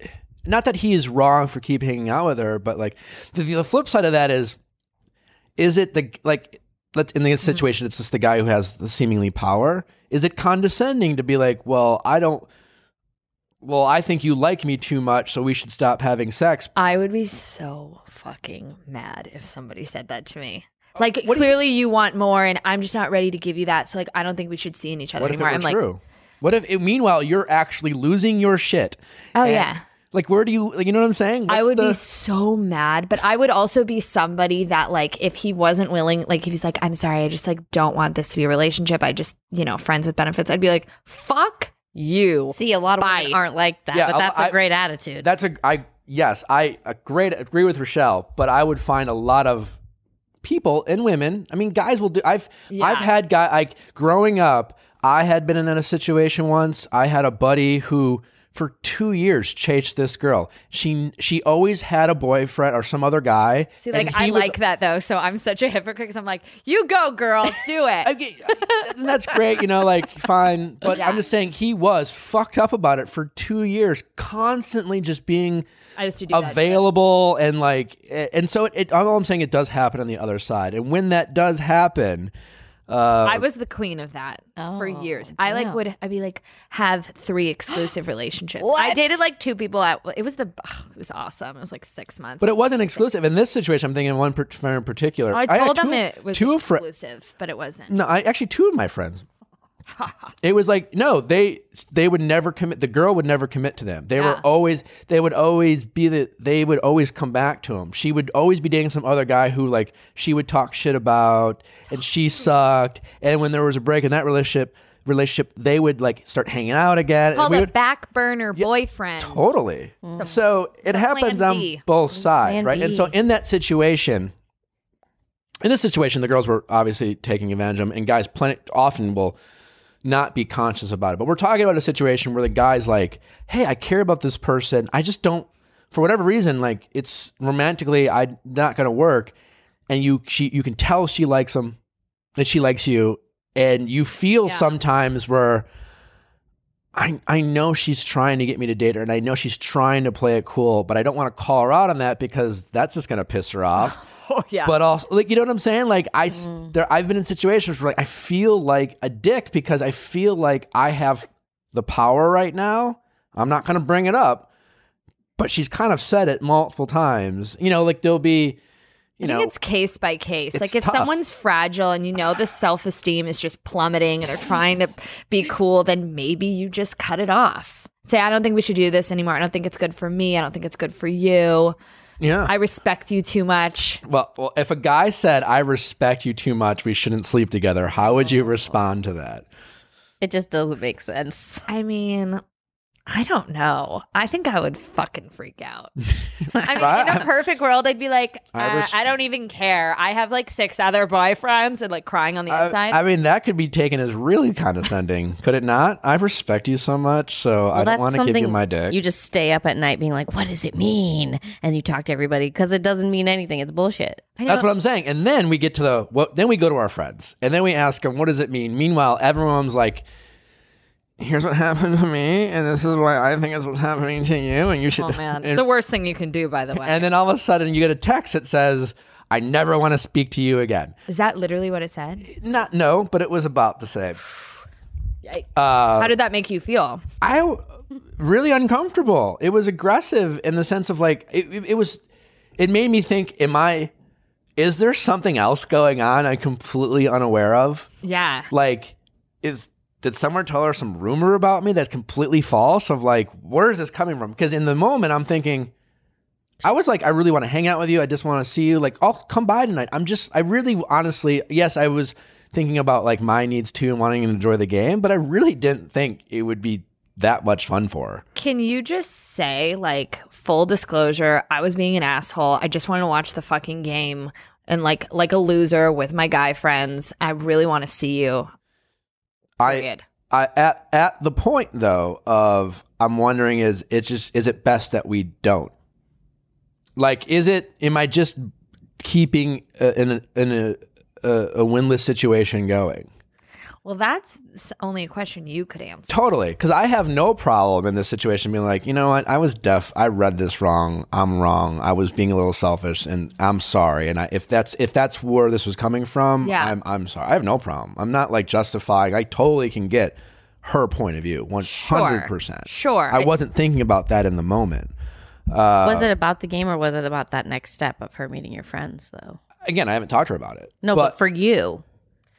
not that he is wrong for keep hanging out with her, but like the, the flip side of that is, is it the like let's in this situation, it's just the guy who has the seemingly power. Is it condescending to be like, well, I don't well, I think you like me too much, so we should stop having sex. I would be so fucking mad if somebody said that to me. Uh, Like clearly you, want more and I'm just not ready to give you that. So like I don't think we should see in each other What if it anymore. were I'm like true? what if, it, meanwhile, you're actually losing your shit? Oh And, yeah. Like, where do you, like, you know what I'm saying? I What's would be the- so mad, but I would also be somebody that like if he wasn't willing, like if he's like, I'm sorry, I just like don't want this to be a relationship. I just, you know, friends with benefits, I'd be like, fuck you. See, a lot of Bye. women aren't like that, Yeah, but I- that's a I- great attitude. That's a, I, yes, I a great, agree with Rochelle, but I would find a lot of people and women, I mean, guys will do, I've, I've had guy, like, growing up, I had been in a situation once, I had a buddy who, for two years, chased this girl. She she always had a boyfriend or some other guy. See, and like I he was like that though, so I'm such a hypocrite because I'm like, you go, girl, do it. Okay, and that's great, you know, like fine, but I'm just saying he was fucked up about it for two years, constantly just being I just do do that. available and like, a- and so it, it. All I'm saying, it does happen on the other side, and when that does happen, I was the queen of that for years. I like would I'd be like have three exclusive relationships. I dated like two people at it was the ugh, it was awesome. It was like six months. but it wasn't exclusive. In this situation, I'm thinking one per, friend in particular. I had told two- them it was two fri- exclusive, but it wasn't. No, I actually two of my friends. it was like no, they they would never commit. The girl would never commit to them. They were always they would always be the they would always come back to him. She would always be dating some other guy who like she would talk shit about, and she sucked. And when there was a break in that relationship, relationship they would like start hanging out again. and Called we a would, back burner boyfriend. Totally. So it happens plan on B. both sides, Plan right? And so B. in that situation, in this situation, the girls were obviously taking advantage of them, and guys plenty often will not be conscious about it. But we're talking about a situation where the guy's like, "Hey, I care about this person. I just don't, for whatever reason, like it's romantically, I'm not gonna work." And you, she, you can tell she likes him, that she likes you, and you feel sometimes where. I, I know she's trying to get me to date her and I know she's trying to play it cool, but I don't want to call her out on that because that's just going to piss her off. Oh yeah. Mm. But also, like, you know what I'm saying? Like, I, s- there, I've been in situations where like, I feel like a dick because I feel like I have the power right now. I'm not going to bring it up, but she's kind of said it multiple times. You know, like, there'll be, you I know, think it's case by case. it's Like if tough. someone's fragile and you know the self esteem is just plummeting and they're trying to be cool, then maybe you just cut it off. Say, I don't think we should do this anymore. I don't think it's good for me. I don't think it's good for you. yeah. I respect you too much. well, well, if a guy said, I respect you too much, we shouldn't sleep together, Oh. how would you respond to that? it just doesn't make sense. I mean, I don't know. I think I would fucking freak out. I mean, in Right? a perfect world, I'd be like, uh, I I, res- don't even care. I have like six other boyfriends and like crying on the I, inside. I mean, that could be taken as really condescending, could it not? I respect you so much, so I don't want to give you my dick. You just stay up at night being like, what does it mean? And you talk to everybody because it doesn't mean anything. It's bullshit. That's what I'm saying. And then we get to the what? Then we go to our friends, and then we ask them, "What does it mean?" Meanwhile, everyone's like, "Here's what happened to me, and this is why I think it's what's happening to you, and you should." oh man, And, the worst thing you can do, by the way. and then all of a sudden, you get a text that says, "I never want to speak to you again." Is that literally what it said? Not no, but it was about the same. Uh, How did that make you feel? I w- really uncomfortable. It was aggressive in the sense of like it, it, it was. It made me think: Am I? Is there something else going on I'm completely unaware of? Yeah. Like, is did someone tell her some rumor about me that's completely false? Of like, where is this coming from? Because in the moment, I'm thinking, I was like, I really want to hang out with you. I just want to see you. Like, I'll come by tonight. I'm just, I really, honestly, yes, I was thinking about like my needs too and wanting to enjoy the game, but I really didn't think it would be that much fun for her. Can you just say, like, full disclosure, I was being an asshole. I just wanted to watch the fucking game and like like a loser with my guy friends. I really want to see you. I, Period. I at at the point though of I'm wondering is it's just is it best that we don't? Like, is it? Am I just keeping uh in a, in a, a a winless situation going? well, that's s- only a question you could answer. Totally, because I have no problem in this situation being like, you know what? I was deaf. I read this wrong. I'm wrong. I was being a little selfish, and I'm sorry. And I, if that's if that's where this was coming from, Yeah. I'm I'm sorry. I have no problem. I'm not like justifying. I totally can get her point of view, one hundred percent. Sure. I wasn't thinking about that in the moment. uh, was it about the game or was it about that next step of her meeting your friends, though? Again, I haven't talked to her about it. No, but, for you,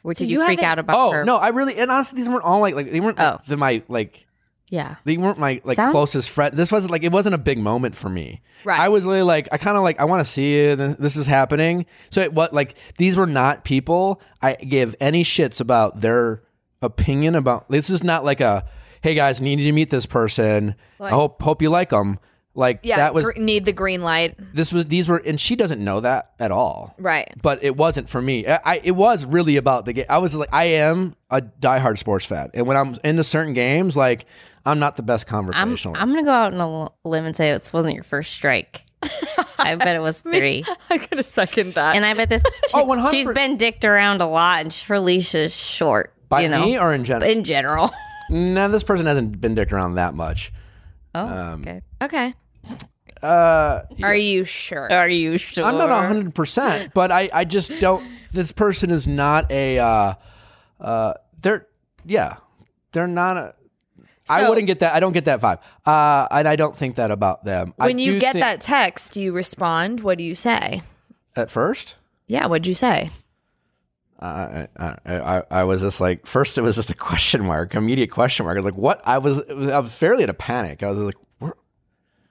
what did you, you freak haven't- out about oh her? no, I really and honestly, these weren't all like like they weren't like, Oh. the, my like Yeah. they weren't my like Sounds- closest friend. This wasn't like it wasn't a big moment for me. Right. I was really like I kind of like I want to see you. Th- This is happening. So it what like these were not people I give any shits about their opinion about. This is not like a hey guys need you to meet this person. I hope hope you like them. Like yeah, that was gr- need the green light. this was these were and she doesn't know that at all. Right. But it wasn't for me. I, I it was really about the game. I was like, I am a diehard sports fan, and when I'm into certain games, like I'm not the best I'm, conversationalist. I'm going to go out on a limb and say this wasn't your first strike. I bet it was three. I could have seconded that. And I bet this chick, Oh, 100%. she's been dicked around a lot and her leash is short. By you know, me or in general? in general. no, this person hasn't been dicked around that much. Oh, Um, okay. okay. Uh, Are you sure? Are you sure? I'm not 100, percent but I I just don't. This person is not a. Uh, uh, they're yeah, they're not a. I So- wouldn't get that. I don't get that vibe. Uh, and I don't think that about them. I when you do get think- that text, do you respond? What do you say? at first, Yeah, what'd you say? I, I, I, I was just like, first it was just a question mark, immediate question mark. I was like, what? I was, I was fairly in a panic. I was like, where?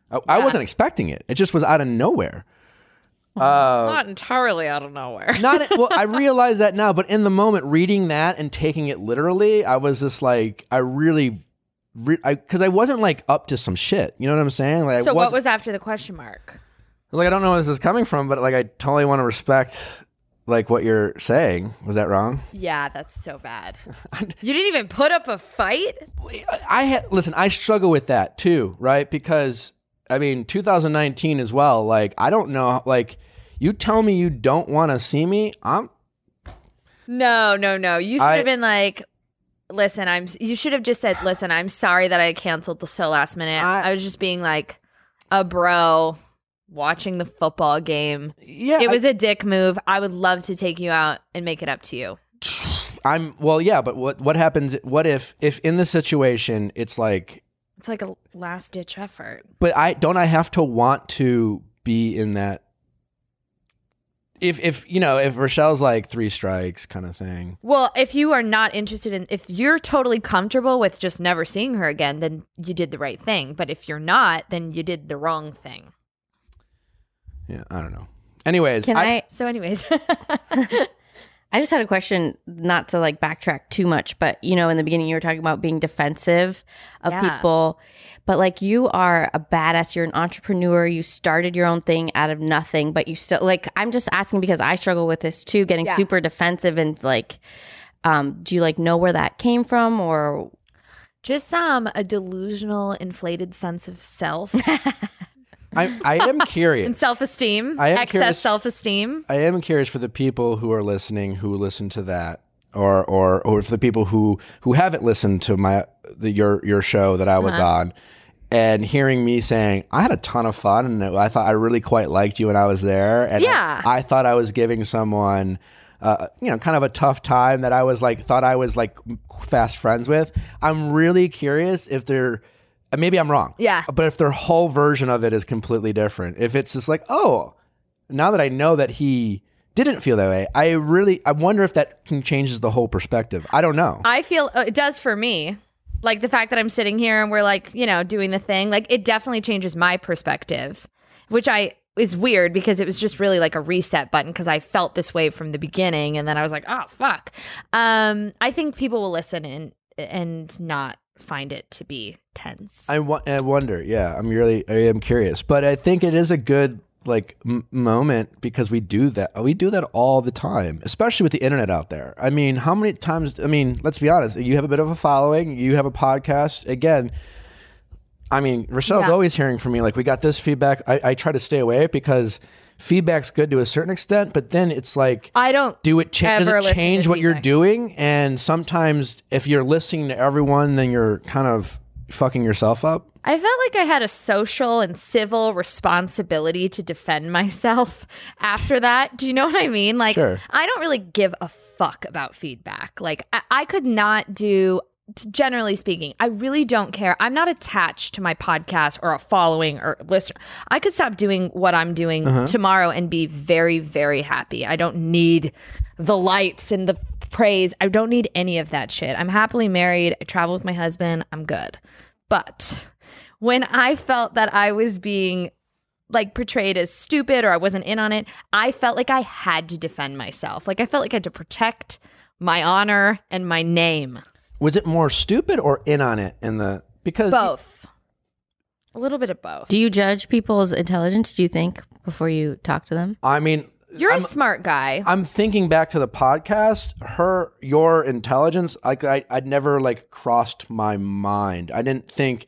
I, I wasn't expecting it. It just was out of nowhere. Oh. Not entirely out of nowhere. Not well. I realize that now, but in the moment, reading that and taking it literally, I was just like, I really, re- I because I wasn't like up to some shit. You know what I'm saying? Like, I So what wasn't- was after the question mark? like I don't know where this is coming from, but like I totally want to respect like what you're saying. Was that wrong? Yeah, that's so bad. you didn't even put up a fight? I had listen. I struggle with that too, right? Because I mean, 2019 as well. Like, I don't know. Like, you tell me you don't want to see me. I'm No, no, no. You should I- have been like, listen, I'm you should have just said, listen, I'm sorry that I canceled so last minute. I- I, was just being like a bro watching the football game. yeah. It was a dick move. I would love to take you out and make it up to you. I, am well, yeah. But what what happens? What if if in this situation it's like, It's like a last ditch effort. but I don't. I have to want to be in that. If if you know if Rochelle's like three strikes kind of thing. Well, if you are not interested in, if you're totally comfortable with just never seeing her again, then you did the right thing. But if you're not, then you did the wrong thing. Yeah, I don't know. Anyways, Can I? So, anyways, I just had a question, not to like backtrack too much, but you know, in the beginning, you were talking about being defensive of Yeah. people, but like you are a badass, you're an entrepreneur, you started your own thing out of nothing, but you still like, I'm just asking because I struggle with this too, getting Yeah. super defensive and like, um, do you like know where that came from or Just um a delusional, inflated sense of self I, I am and curious. self esteem, I am excess curious- self esteem. I am curious for the people who are listening who listen to that, or or or for the people who who haven't listened to my the, your your show that I was Uh-huh. on, and hearing me saying I had a ton of fun and I thought I really quite liked you when I was there, and I- Yeah. I, thought I was giving someone. Uh, you know, kind of a tough time that I was like, thought I was like fast friends with. I'm really curious if they're, uh, maybe I'm wrong. Yeah. But if their whole version of it is completely different, if it's just like, oh, now that I know that he didn't feel that way, I really I wonder if that can changes the whole perspective. I don't know. I feel uh, it does for me. Like the fact that I'm sitting here and we're like, you know, doing the thing, like it definitely changes my perspective, which I is weird because it was just really like a reset button because I felt this way from the beginning and then I was like, oh fuck. Um I think people will listen and and not find it to be tense. I, wo- I wonder. Yeah, I'm really I am curious, but I think it is a good like m- moment because we do that we do that all the time especially with the internet out there i mean how many times i mean let's be honest you have a bit of a following you have a podcast again I mean, Rochelle's Yeah. always hearing from me, like, we got this feedback. I, I try to stay away because feedback's good to a certain extent, but then it's like, I don't do it, cha- does ever it listen to change what you're feedback. doing? And sometimes if you're listening to everyone, then you're kind of fucking yourself up. I felt like I had a social and civil responsibility to defend myself after that. Do you know what I mean? Like, Sure. I don't really give a fuck about feedback. Like, I, I could not do. t- Generally speaking, I really don't care. I'm not attached to my podcast or a following or listener. I could stop doing what I'm doing tomorrow and be very, very happy. I don't need the lights and the praise. I don't need any of that shit. I'm happily married. I travel with my husband. I'm good. But when I felt that I was being like portrayed as stupid or I wasn't in on it, I felt like I had to defend myself. Like I felt like I had to protect my honor and my name. Was it more stupid or in on it in the, because Both. A little bit of both. do you judge people's intelligence, do you think, before you talk to them? I mean, You're a smart guy. I'm thinking back to the podcast, her, your intelligence, like I, I'd never like crossed my mind. I didn't think,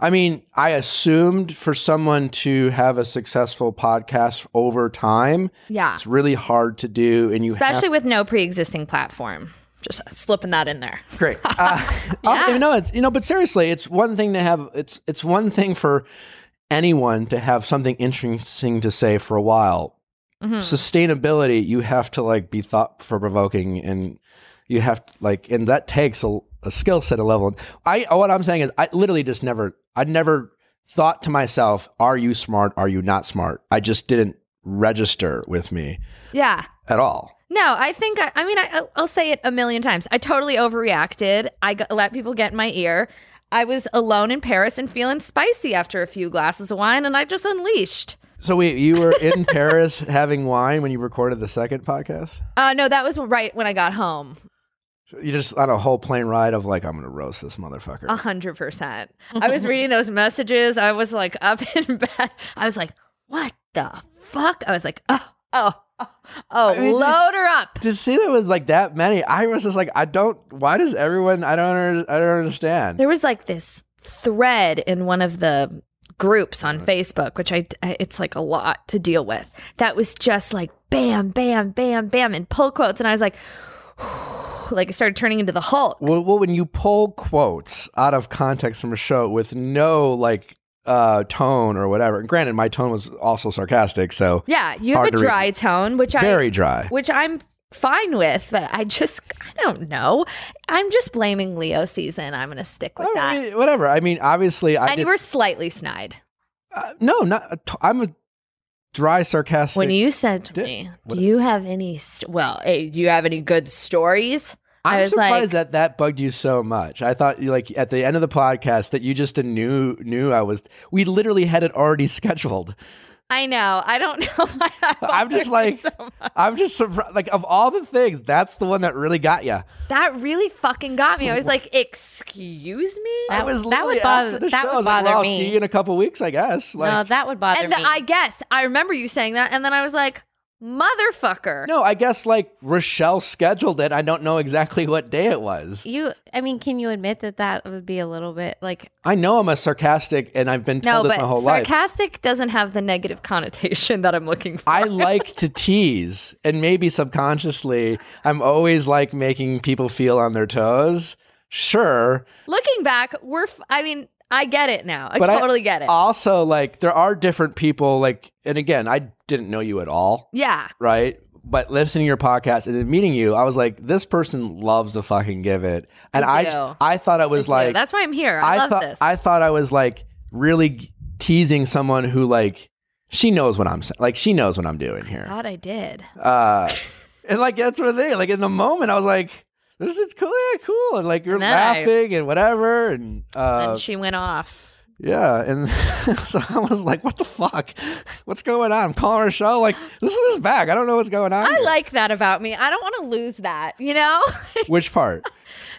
I mean, I assumed for someone to have a successful podcast over time, yeah. it's really hard to do. And you Especially with no pre existing platform. Just slipping that in there. Great. Uh, yeah. No, it's you know, but seriously, it's one thing to have. It's it's one thing for anyone to have something interesting to say for a while. Sustainability, you have to like be thought for provoking, and you have to, like, and that takes a, a skill set, a level. I what I'm saying is, I literally just never, I never thought to myself, "Are you smart? Are you not smart?" I just didn't register with me Yeah. at all. No, I think I, I mean I, I'll- I'll say it a million times. I totally overreacted. I got, let people get in my ear. I was alone in Paris and feeling spicy after a few glasses of wine, and I just unleashed. So wait, you were in Paris having wine when you recorded the second podcast? Uh, no, that was right when I got home. You're just on a whole plane ride of like, I'm gonna roast this motherfucker. A hundred percent. I was reading those messages. I was like up in bed. I was like, "What the fuck?" I was like, "Oh, oh, oh, oh mean, load her up." to see there was like that many, I was just like, I don't. Why does everyone? I don't. under- I don't understand. There was like this thread in one of the groups on Facebook, which I, I- it's like a lot to deal with. That was just like bam, bam, bam, bam, and pull quotes, and I was like, like it started turning into the Hulk. Well, well, when you pull quotes out of context from a show with no like uh tone or whatever. And granted, my tone was also sarcastic, so Yeah, you have Hard a to read. dry tone, which I very dry. which I'm fine with, but I just I don't know. I'm just blaming Leo season. I'm gonna stick with I that. mean, whatever. I mean, obviously, I And you did, were slightly snide uh, no, not. a t- I'm a dry sarcastic. when you said to Did- me, what- "Do you have any? St- well, eh, do you have any good stories?" I'm I was surprised like- that that bugged you so much. I thought, like, at the end of the podcast, that you just knew knew I was. We literally had it already scheduled. I know. I don't know why I Oh, I'm just bothered like, so much. I'm just surprised. Like, of all the things, that's the one that really got you. that really fucking got me. I was like, excuse me? I That- was that would literally bother- after the that show, would I was like, bother well, I'll me. See you in a couple weeks, I guess. Like, no, that would bother and me. the, I guess I remember you saying that, and then I was like, motherfucker. no, I guess like Rochelle scheduled it. I don't know exactly what day it was. you, I mean, can you admit that that would be a little bit like I know I'm a sarcastic, and I've been No, told it but my whole life. sarcastic doesn't have the negative connotation that I'm looking for. I like to tease, and maybe subconsciously, I'm always like making people feel on their toes. Sure, looking back, we're. F- I mean, I get it now. I but totally I get it. Also, like there are different people. Like, and again, I didn't know you at all. yeah, right? But listening to your podcast and then meeting you, I was like, this person loves to fucking give it, and They I do. I thought it was Thank you. like that's why I'm here. I, love thought this. I thought I was like really g- teasing someone who like she knows what I'm sa- like she knows what I'm doing here, God, I did. uh, and like that's what they like in the moment I was like. This is cool, yeah, cool, and like you're And then I- laughing and whatever, and uh, and she went off. yeah, and so I was like, "What the fuck? What's going on?" I'm calling her show, like, "Listen to this back. I don't know what's going on." I here." like that about me. I don't want to lose that. You know, which part.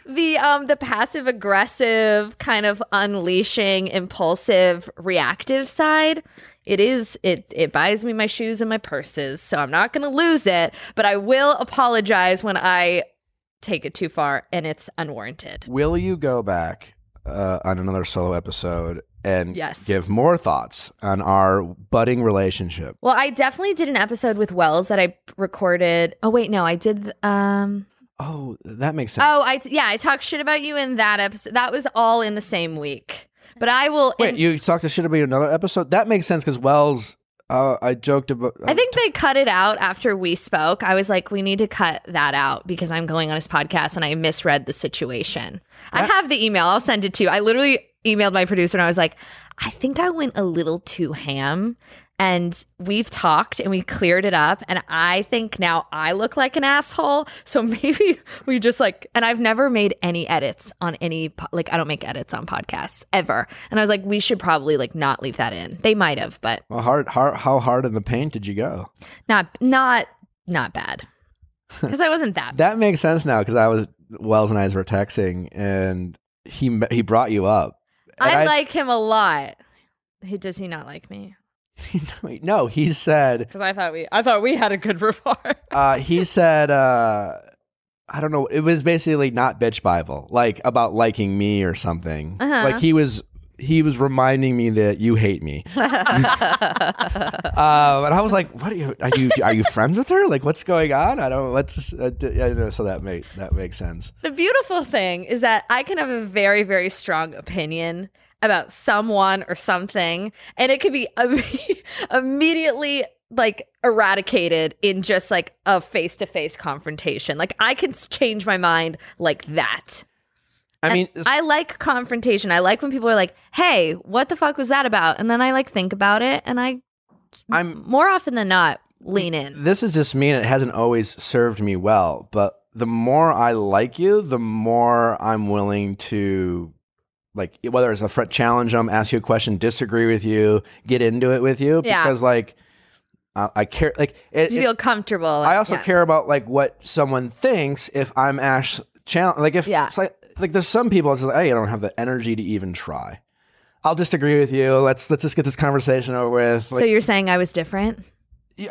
the um the passive aggressive kind of unleashing, impulsive, reactive side. It is it it buys me my shoes and my purses, so I'm not going to lose it. But I will apologize when I take it too far and it's unwarranted. Will you go back uh, on another solo episode and Yes. give more thoughts on our budding relationship? Well, I definitely did an episode with Wells that I recorded. Oh wait, no, I did. Um, Oh, that makes sense. oh, I t- yeah, I talked shit about you in that episode. That was all in the same week. But I will. Wait, and you talked to shit about another episode? That makes sense because Wells, uh, I joked about. I think they cut it out after we spoke. I was like, we need to cut that out because I'm going on his podcast and I misread the situation. I have the email. I'll send it to you. I literally emailed my producer and I was like, I think I went a little too ham. And we've talked and we cleared it up. And I think now I look like an asshole. So maybe we just like, and I've never made any edits on any, po- like, I don't make edits on podcasts ever. And I was like, we should probably like not leave that in. They might have, but Well, hard, hard, how hard in the paint did you go? not not not bad because I wasn't that. That makes sense now because I was Wells and I were texting and he m- he brought you up. And I, I- like him a lot. He does he not like me? no, he said Because I thought we I thought we had a good rapport. uh, he said, uh, I don't know. It was basically not bitch Bible, like about liking me or something. Uh-huh. Like he was, he was reminding me that you hate me. Uh, and I was like, what are you, are you, are you friends with her? Like what's going on? I don't, what's, uh, d- I don't know. So that make, that makes sense. the beautiful thing is that I can have a very very strong opinion about someone or something, and it could be imme- immediately like eradicated in just like a face to face confrontation. Like I can s- change my mind like that. I mean, I like confrontation. I like when people are like, "Hey, what the fuck was that about?" And then I like think about it, and I I'm, more often than not lean in. this is just me and it hasn't always served me well, but the more I like you, the more I'm willing to like whether it's a front challenge them, ask you a question, disagree with you, get into it with you Yeah. because like I, I care like it, You it- feel comfortable. I also yeah. care about like what someone thinks if I'm Ash challenge like if Yeah. it's like like there's some people it's like hey I don't have the energy to even try. I'll disagree with you. Let's let's just get this conversation over with. Like, so you're saying I was different?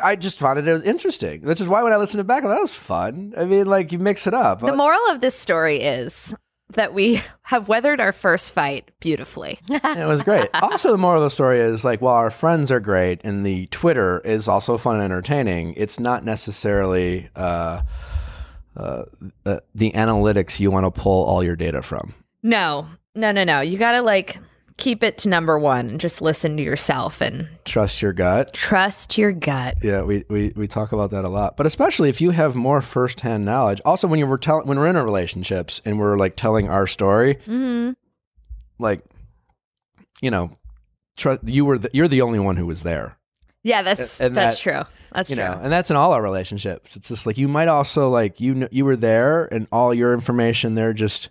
I just found it, it was interesting. Which is why when I listened to back, I'm like, that was fun. I mean, like you mix it up. The moral of this story is that we have weathered our first fight beautifully. it was great. Also, the moral of the story is like, while our friends are great and the Twitter is also fun and entertaining, it's not necessarily uh, uh, the, the analytics you want to pull all your data from. no, no, no, no. You gotta like keep it to number one and just listen to yourself and Trust your gut. trust your gut. Yeah, we, we, we talk about that a lot, but especially if you have more firsthand knowledge. Also, when you were telling when we're in our relationships and we're like telling our story, hmm like you know tr- you were the, you're the only one who was there Yeah, that's And that's that- true. That's you true. know and that's in all our relationships it's just like you might also like you kn- you were there and all your information they're just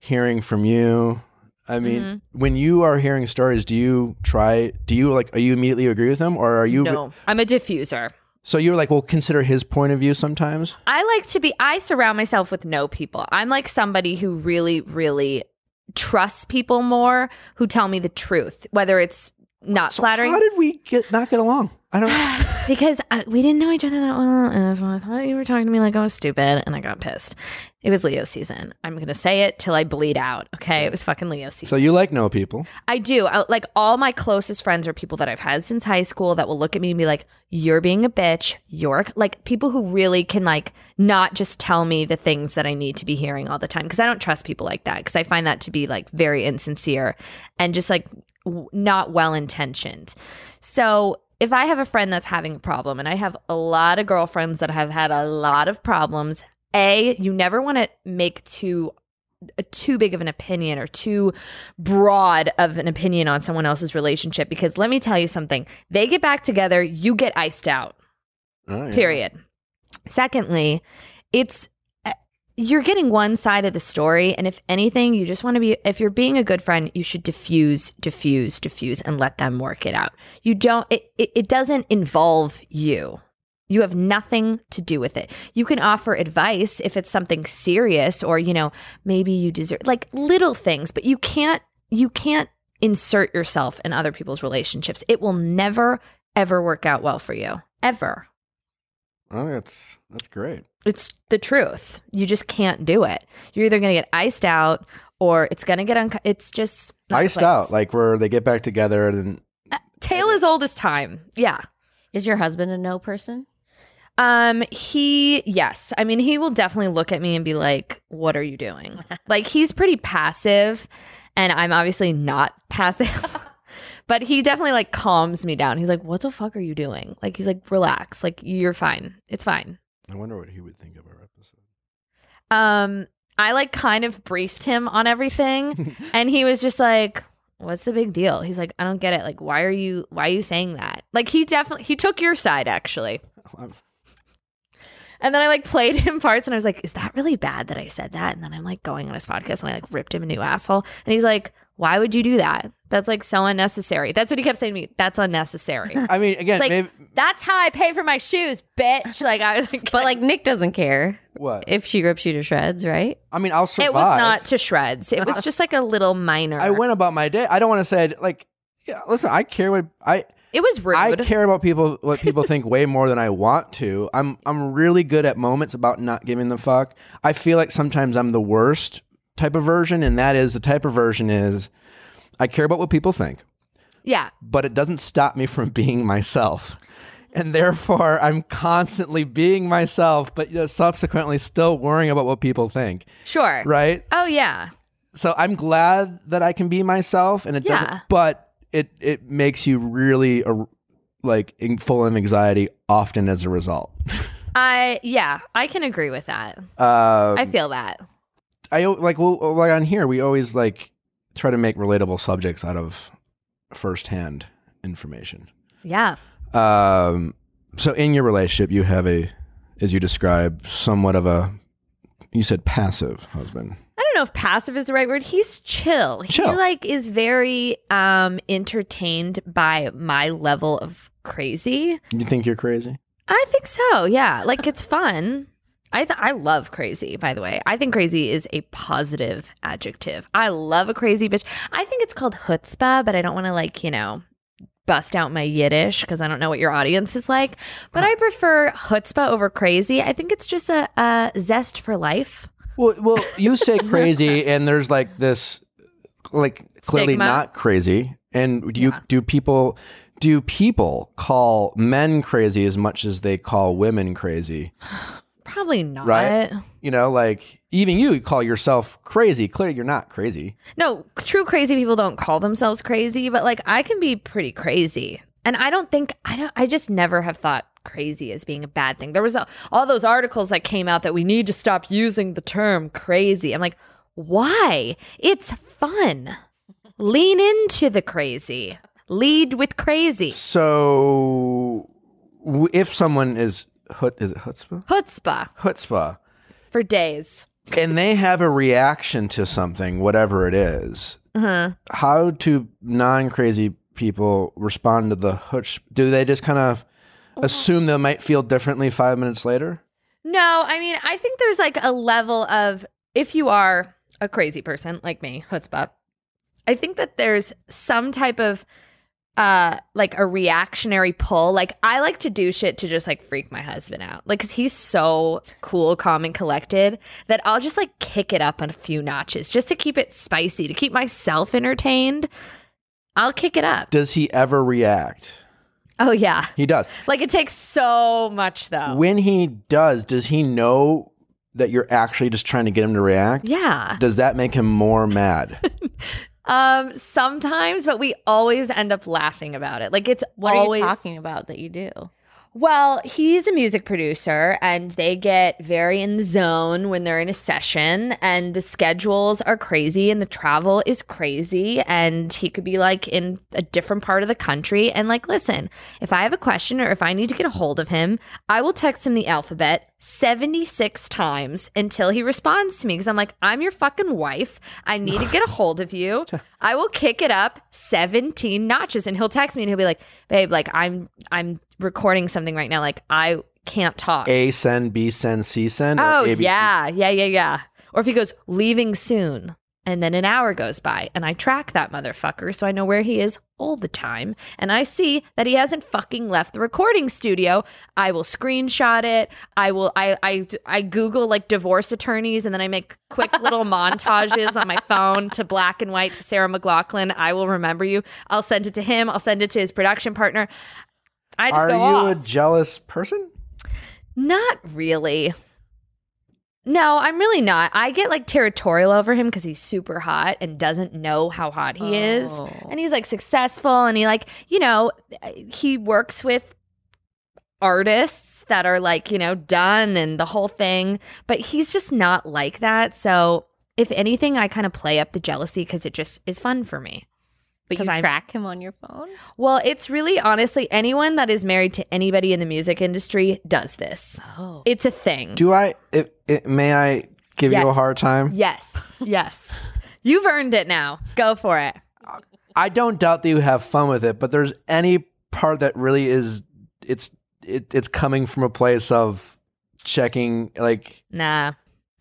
hearing from you I mean, Mm-hmm. when you are hearing stories, do you try? Do you like? Are you immediately agree with them, or are you? No. I'm a diffuser. So you're like, well, consider his point of view sometimes. I like to be, I surround myself with no people. I'm like somebody who really, really trusts people more who tell me the truth, whether it's not flattering. How did we get not get along? I don't. because I, we didn't know each other that well. And that's when I thought you were talking to me like I was stupid and I got pissed. It was Leo season. I'm going to say it till I bleed out. Okay. It was fucking Leo season. so you like no people. I do. I, like all my closest friends are people that I've had since high school that will look at me and be like, "You're being a bitch." You're c-" like people who really can like not just tell me the things that I need to be hearing all the time because I don't trust people like that because I find that to be like very insincere and just like w- not well intentioned. So if I have a friend that's having a problem, and I have a lot of girlfriends that have had a lot of problems, a you never want to make too a- too big of an opinion or too broad of an opinion on someone else's relationship because let me tell you something they get back together you get iced out All right. period secondly it's uh, you're getting one side of the story and if anything you just want to be if you're being a good friend you should diffuse diffuse diffuse and let them work it out you don't it, it, it doesn't involve you you have nothing to do with it. You can offer advice if it's something serious or, you know, maybe you deserve like little things, but you can't you can't insert yourself in other people's relationships. It will never ever work out well for you. Ever. Oh, that's that's great. It's the truth. You just can't do it. You're either going to get iced out or it's going to get unco- it's just not the Iced place. out, like where they get back together and Tale as old as time. Yeah. Is your husband a no person? Um, he, yes. I mean, he will definitely look at me and be like, What are you doing? like, he's pretty passive, and I'm obviously not passive. but he definitely like calms me down. He's like, What the fuck are you doing? Like, he's like, Relax. Like, you're fine. It's fine. I wonder what he would think of our episode. Um, I like kind of briefed him on everything, and he was just like, What's the big deal? He's like, I don't get it. Like, why are you why are you saying that? Like he definitely he took your side actually. I'm- And then I like played him parts and I was like, is that really bad that I said that? And then I'm like going on his podcast and I like ripped him a new asshole. And he's like, why would you do that? That's like so unnecessary. That's what he kept saying to me. That's unnecessary. I mean, again, like- maybe That's how I pay for my shoes, bitch. Like I was like, But like Nick doesn't care what? if she rips you to shreds, right? I mean, I'll survive. it was not to shreds. It was just like a little minor. I went about my day. I don't want to say I'd- like. Yeah, listen, I care what I it was rude. I care about people what people think way more than I want to. I'm I'm really good at moments about not giving the fuck. I feel like sometimes I'm the worst type of version, and that is the type of version is I care about what people think, yeah. but it doesn't stop me from being myself. And therefore, I'm constantly being myself, but you know, subsequently still worrying about what people think, Sure. right? Oh yeah. so I'm glad that I can be myself, and it Yeah. doesn't. But it it makes you really uh, like in, full of anxiety often as a result. I yeah, I can agree with that. Uh, I feel that. I o- like well, like on here we always like try to make relatable subjects out of firsthand information. Yeah. Um, so in your relationship, you have a, as you describe, somewhat of a, you said passive husband. I don't know if passive is the right word. He's chill. Chill. He like is very um entertained by my level of crazy. You think you're crazy? I think so. Yeah. Like it's fun. I th- I love crazy, by the way. I think crazy is a positive adjective. I love a crazy bitch. I think it's called chutzpah, but I don't want to like, you know, bust out my Yiddish because I don't know what your audience is like. But I prefer chutzpah over crazy. I think it's just a, a zest for life. Well, well, you say crazy, and there's like this, like clearly Stigma. not crazy. And do you do people do people call men crazy as much as they call women crazy? Probably not. Right. You know, like even you call yourself crazy. Clearly, you're not crazy. No, true crazy people don't call themselves crazy, but like I can be pretty crazy. And I don't think I don't I just never have thought crazy as being a bad thing. There was a, all those articles that came out that we need to stop using the term crazy. I'm like, "Why? It's fun. Lean into the crazy. Lead with crazy." So, w- if someone is hut is it chutzpah Chutzpah chutzpah, for days. and they have a reaction to something, whatever it is, Uh-huh. how do non crazy people respond to the hush? Do they just kind of assume they might feel differently five minutes later? No, I mean, I think there's like a level of if you are a crazy person like me, chutzpah, I think that there's some type of uh like a reactionary pull. Like I like to do shit to just like freak my husband out. Like cuz he's so cool, calm and collected that I'll just like kick it up a few notches just to keep it spicy, to keep myself entertained. I'll kick it up. Does he ever react? Oh yeah. He does. Like it takes so much though. When he does, does he know that you're actually just trying to get him to react? yeah. Does that make him more mad? Um, sometimes, but we always end up laughing about it. Like it's What always are you talking about that you do? well, he's a music producer and they get very in the zone when they're in a session and the schedules are crazy and the travel is crazy and he could be like in a different part of the country and like listen, if I have a question or if I need to get a hold of him, I will text him the alphabet 76 times until he responds to me because I'm like, I'm your fucking wife. I need to get a hold of you. I will kick it up 17 notches and he'll text me and he'll be like, babe, like I'm I'm recording something right now. Like I can't talk. A send, B send, C send? or oh ABC? yeah, yeah, yeah, yeah. Or if he goes, leaving soon. And then an hour goes by and I track that motherfucker so I know where he is all the time. And I see that he hasn't fucking left the recording studio. I will screenshot it. I will I I I Google like divorce attorneys and then I make quick little montages on my phone to black and white to Sarah McLaughlin. I will remember you. I'll send it to him. I'll send it to his production partner. I just Are go you off. a jealous person? Not really. No, I'm really not. I get like territorial over him because he's super hot and doesn't know how hot he is. Oh. And he's like successful and he like, you know, he works with artists that are like, you know, done and the whole thing, but he's just not like that. So, if anything, I kind of play up the jealousy because it just is fun for me. But you 'Cause I'm- track him on your phone? Well, it's really honestly anyone that is married to anybody in the music industry does this. Oh. It's a thing. Do I, if, it, may I give you a Yes. hard time? Yes. Yes. You've earned it now. Go for it. I don't doubt that you have fun with it, but there's any part that really is, it's, it, it's coming from a place of checking, like, Nah.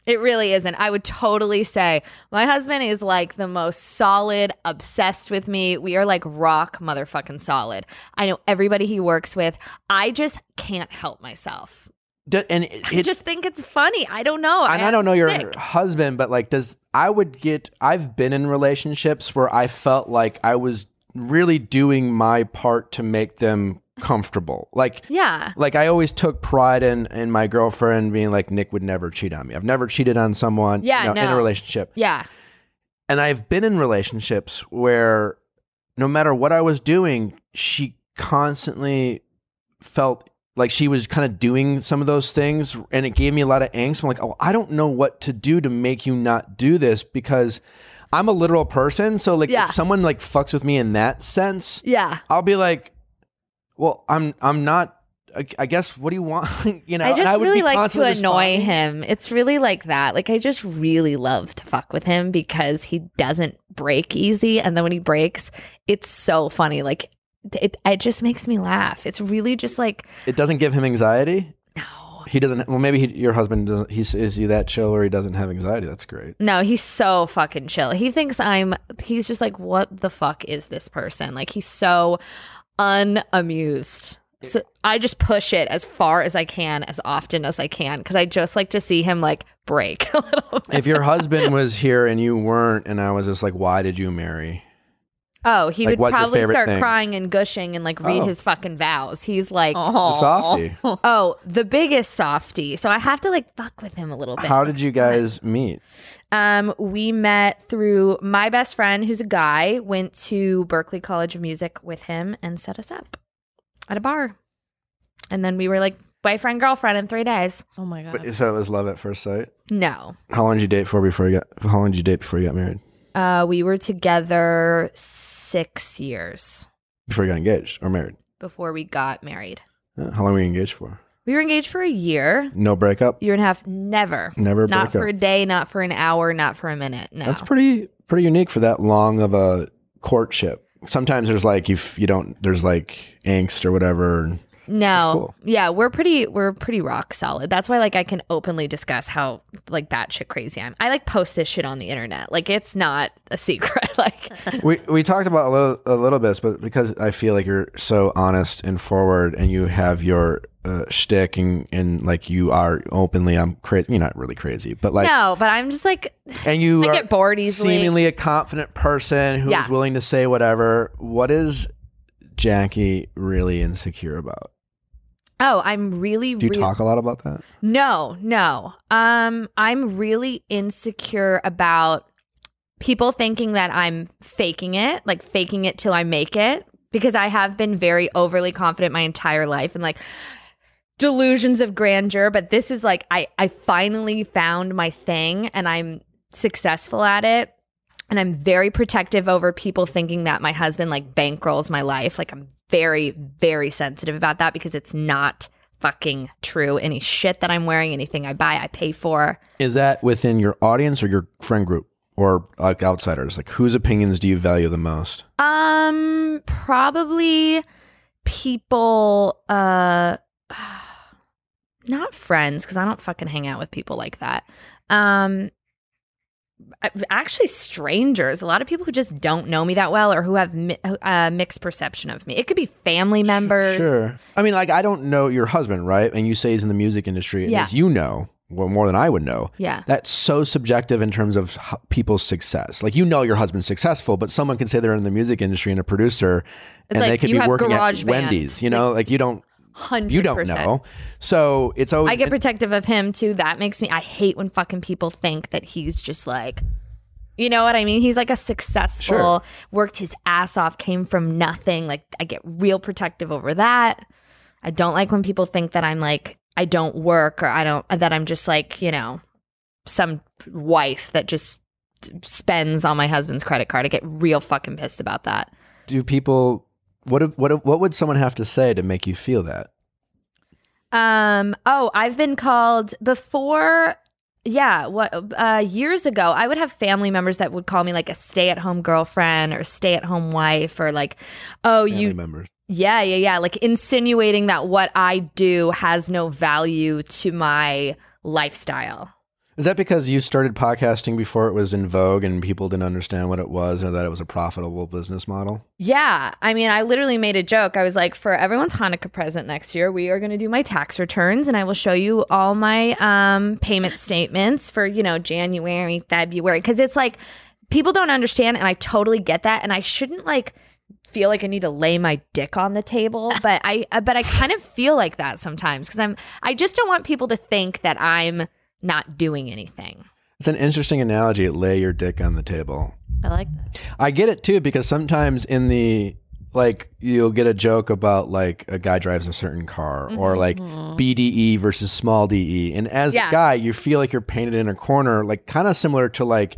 It really isn't. I would totally say my husband is like the most solid, obsessed with me. We are like rock motherfucking solid. I know everybody he works with. I just can't help myself. d- and it, I it- just think it's funny. I don't know. and I don't know your sick. husband, but like, does I would get? I've been in relationships where I felt like I was really doing my part to make them comfortable. Like, Yeah. like I always took pride in in my girlfriend being like, Nick would never cheat on me. I've never cheated on someone. Yeah, you know, in a no. relationship. Yeah. And I've been in relationships where no matter what I was doing, she constantly felt like she was kind of doing some of those things. And it gave me a lot of angst. I'm like, oh, I don't know what to do to make you not do this because I'm a literal person. So, like, Yeah. if someone like fucks with me in that sense, Yeah. I'll be like, well, I'm, I'm not. I I guess. What do you want? you know, I and just would really be like to constantly annoy responding. him. It's really like that. Like I just really love to fuck with him because he doesn't break easy, and then when he breaks, it's so funny. Like it, it just makes me laugh. It's really just like It doesn't give him anxiety. no, He doesn't. Well, maybe he, your husband doesn't. He's is he that chill or he doesn't have anxiety? That's great. no. He's so fucking chill. He thinks I'm. He's just like, what the fuck is this person? Like he's so unamused. So I just push it as far as I can, as often as I can, because I just like to see him like break a little. Bit. If your husband was here and you weren't, and I was just like, "Why did you marry?" Oh, he Like, would what's your probably favorite start things? crying and gushing and like read Oh. his fucking vows. He's like, oh. The softie. the biggest softie. So I have to like fuck with him a little bit. How did you guys meet? um, we met through my best friend, who's a guy, went to Berkeley College of Music with him and set us up at a bar, and then we were like boyfriend girlfriend in three days. Oh my god. But- So it was love at first sight. No, How long did you date for before you got? How long did you date before you got married? uh, we were together six years Before you got engaged or married? before we got married. Uh, How long were you engaged for? We were engaged for a year, No breakup. year and a half. Never, Never Not break for a day, not for an hour, not for a minute. No, That's pretty pretty unique for that long of a courtship. Sometimes there's like you f- you don't there's like angst or whatever. and- no, cool. yeah, we're pretty, we're pretty rock solid. That's why, like, I can openly discuss how like batshit crazy I'm. I like post this shit on the internet. Like, it's not a secret. like, we we talked about a little, a little bit, but because I feel like you're so honest and forward, and you have your uh, shtick, and, and like you are openly, I'm crazy. You're not really crazy, but like, no, but I'm just like, and you I are get bored easily. seemingly a confident person who is Yeah. willing to say whatever. What is Jackie really insecure about? oh, I'm really, Do you really talk a lot about that? No, no. Um, I'm really insecure about people thinking that I'm faking it, like faking it till I make it, because I have been very overly confident my entire life and like delusions of grandeur. But this is like I I finally found my thing and I'm successful at it. And I'm very protective over people thinking that my husband like bankrolls my life. Like I'm very, very sensitive about that because it's not fucking true. Any shit that I'm wearing, anything I buy, I pay for. Is that within your audience or your friend group or like outsiders? Like, whose opinions do you value the most? Um, probably people uh not friends because I don't fucking hang out with people like that. Um I- actually strangers a lot of people who just don't know me that well or who have mi- uh, mixed perception of me it could be family members Sure. I mean, like, I don't know your husband, right? And you say he's in the music industry, and Yeah. as you know, well, more than I would know. yeah That's so subjective in terms of ho- people's success. Like, you know, your husband's successful, but someone can say they're in the music industry and a producer, and like they could you be have working at garage bands. Wendy's. You know, like you don't, 100% you don't know. So it's always I get protective of him too. That makes me. I hate when fucking people think that he's just like, you know what I mean. He's like a successful, Sure. worked his ass off, came from nothing. Like I get real protective over that. I don't like when people think that I'm like I don't work or I don't that I'm just like you know some wife that just spends on my husband's credit card. I get real fucking pissed about that. do people. What if- what if- what would someone have to say to make you feel that? Um. Oh, I've been called before. Yeah. What? Uh, years ago, I would have family members that would call me like a stay-at-home girlfriend or stay-at-home wife or like, oh, Family you. members. Yeah, yeah, yeah. Like insinuating that what I do has no value to my lifestyle. Is that because you started podcasting before it was in vogue and people didn't understand what it was or that it was a profitable business model? Yeah. I mean, I literally made a joke. I was like, for everyone's Hanukkah present next year, we are going to do my tax returns and I will show you all my um, payment statements for, you know, January, February. Cause it's like people don't understand. And I totally get that. And I shouldn't like, feel like I need to lay my dick on the table, but I uh, but I kind of feel like that sometimes cuz I'm I just don't want people to think that I'm not doing anything. It's an interesting analogy. Lay your dick on the table. I like that. I get it too because sometimes in the like you'll get a joke about like a guy drives a certain car Mm-hmm, or like BDE versus small DE and as Yeah. a guy you feel like you're painted in a corner like kind of similar to like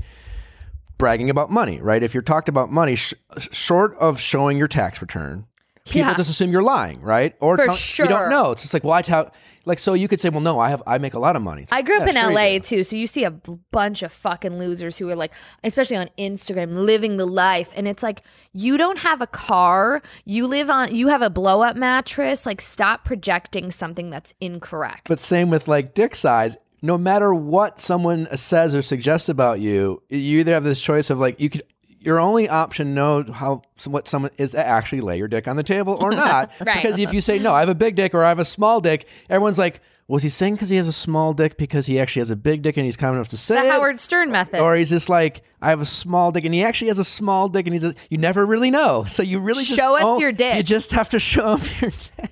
bragging about money right if you're talked about money sh- short of showing your tax return people Yeah. just assume you're lying right or For tell- you sure. don't know it's just like why tout like so you could say well no I have I make a lot of money It's I like, grew up yeah, in sure you LA do. too, so you see a b- bunch of fucking losers who are like, especially on Instagram, living the life. And it's like, you don't have a car, you live on, you have a blow up mattress. Like, stop projecting something that's incorrect. But same with like dick size. No matter what someone says or suggests about you, you either have this choice of like you could your only option know how what someone is to actually lay your dick on the table or not. Right. Because if you say no, I have a big dick or I have a small dick, everyone's like, was he saying because he has a small dick because he actually has a big dick and he's kind enough to say the it? Howard Stern method. or he's just like, I have a small dick, and he actually has a small dick, and he's a, you never really know. So you really just Show us own- your dick. You just have to show him your dick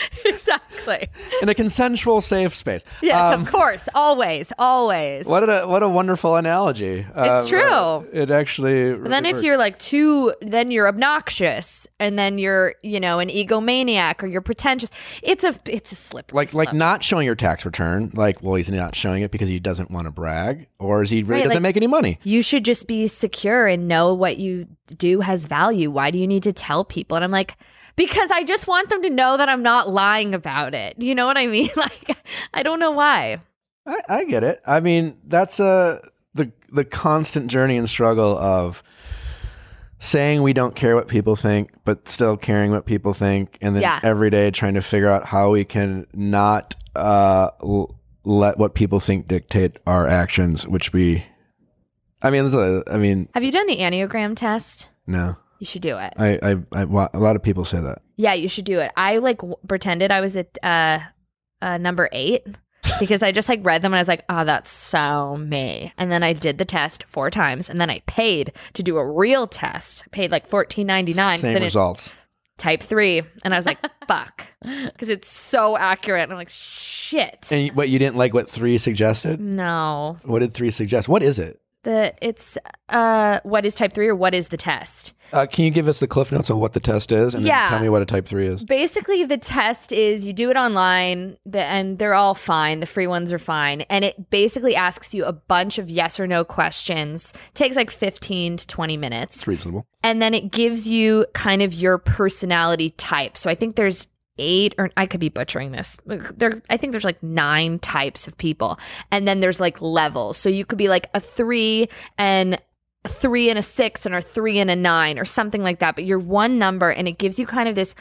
exactly. in a consensual, safe space. Um, Yes, of course. Always, always. What a what a wonderful analogy. Uh, It's true. It actually. But then if you're like too then you're obnoxious and then you're, you know, an egomaniac or you're pretentious. It's a it's a slippery like like slope. not showing your tax return, like well he's not showing it because he doesn't want to brag, or is he really Right, doesn't like- make any money? you should just be secure and know what you do has value. Why do you need to tell people? And I'm like, because I just want them to know that I'm not lying about it. You know what I mean? Like, I don't know why. I, I get it. I mean, that's uh, the the constant journey and struggle of saying we don't care what people think, but still caring what people think, and then Yeah. every day trying to figure out how we can not uh, l- let what people think dictate our actions, which we. I mean, this is a- I mean, Have you done the enneagram test? no. You should do it. I, I, I, wa- a lot of people say that. Yeah, you should do it. I like w- pretended I was at uh, uh, number eight because I just like read them and I was like, oh, that's so me. And then I did the test four times and then I paid to do a real test. I paid like fourteen ninety nine. Same results. Type three, and I was like, fuck, because it's so accurate. And I'm like, shit. And you- but you didn't like what three suggested. No, What did three suggest? What is it? the it's uh, what is type three or what is the test? Uh, can you give us the cliff notes on what the test is, and Yeah. then tell me what a type three is? Basically, the test is you do it online, the, and they're all fine. The free ones are fine, and it basically asks you a bunch of yes or no questions. Takes like fifteen to twenty minutes, It's reasonable. and then it gives you kind of your personality type. So I think there's eight, or I could be butchering this. There, I think there's like nine types of people, and then there's like levels. So you could be like a three and a three and a six and a three and a nine or something like that. But you're one number, and it gives you kind of this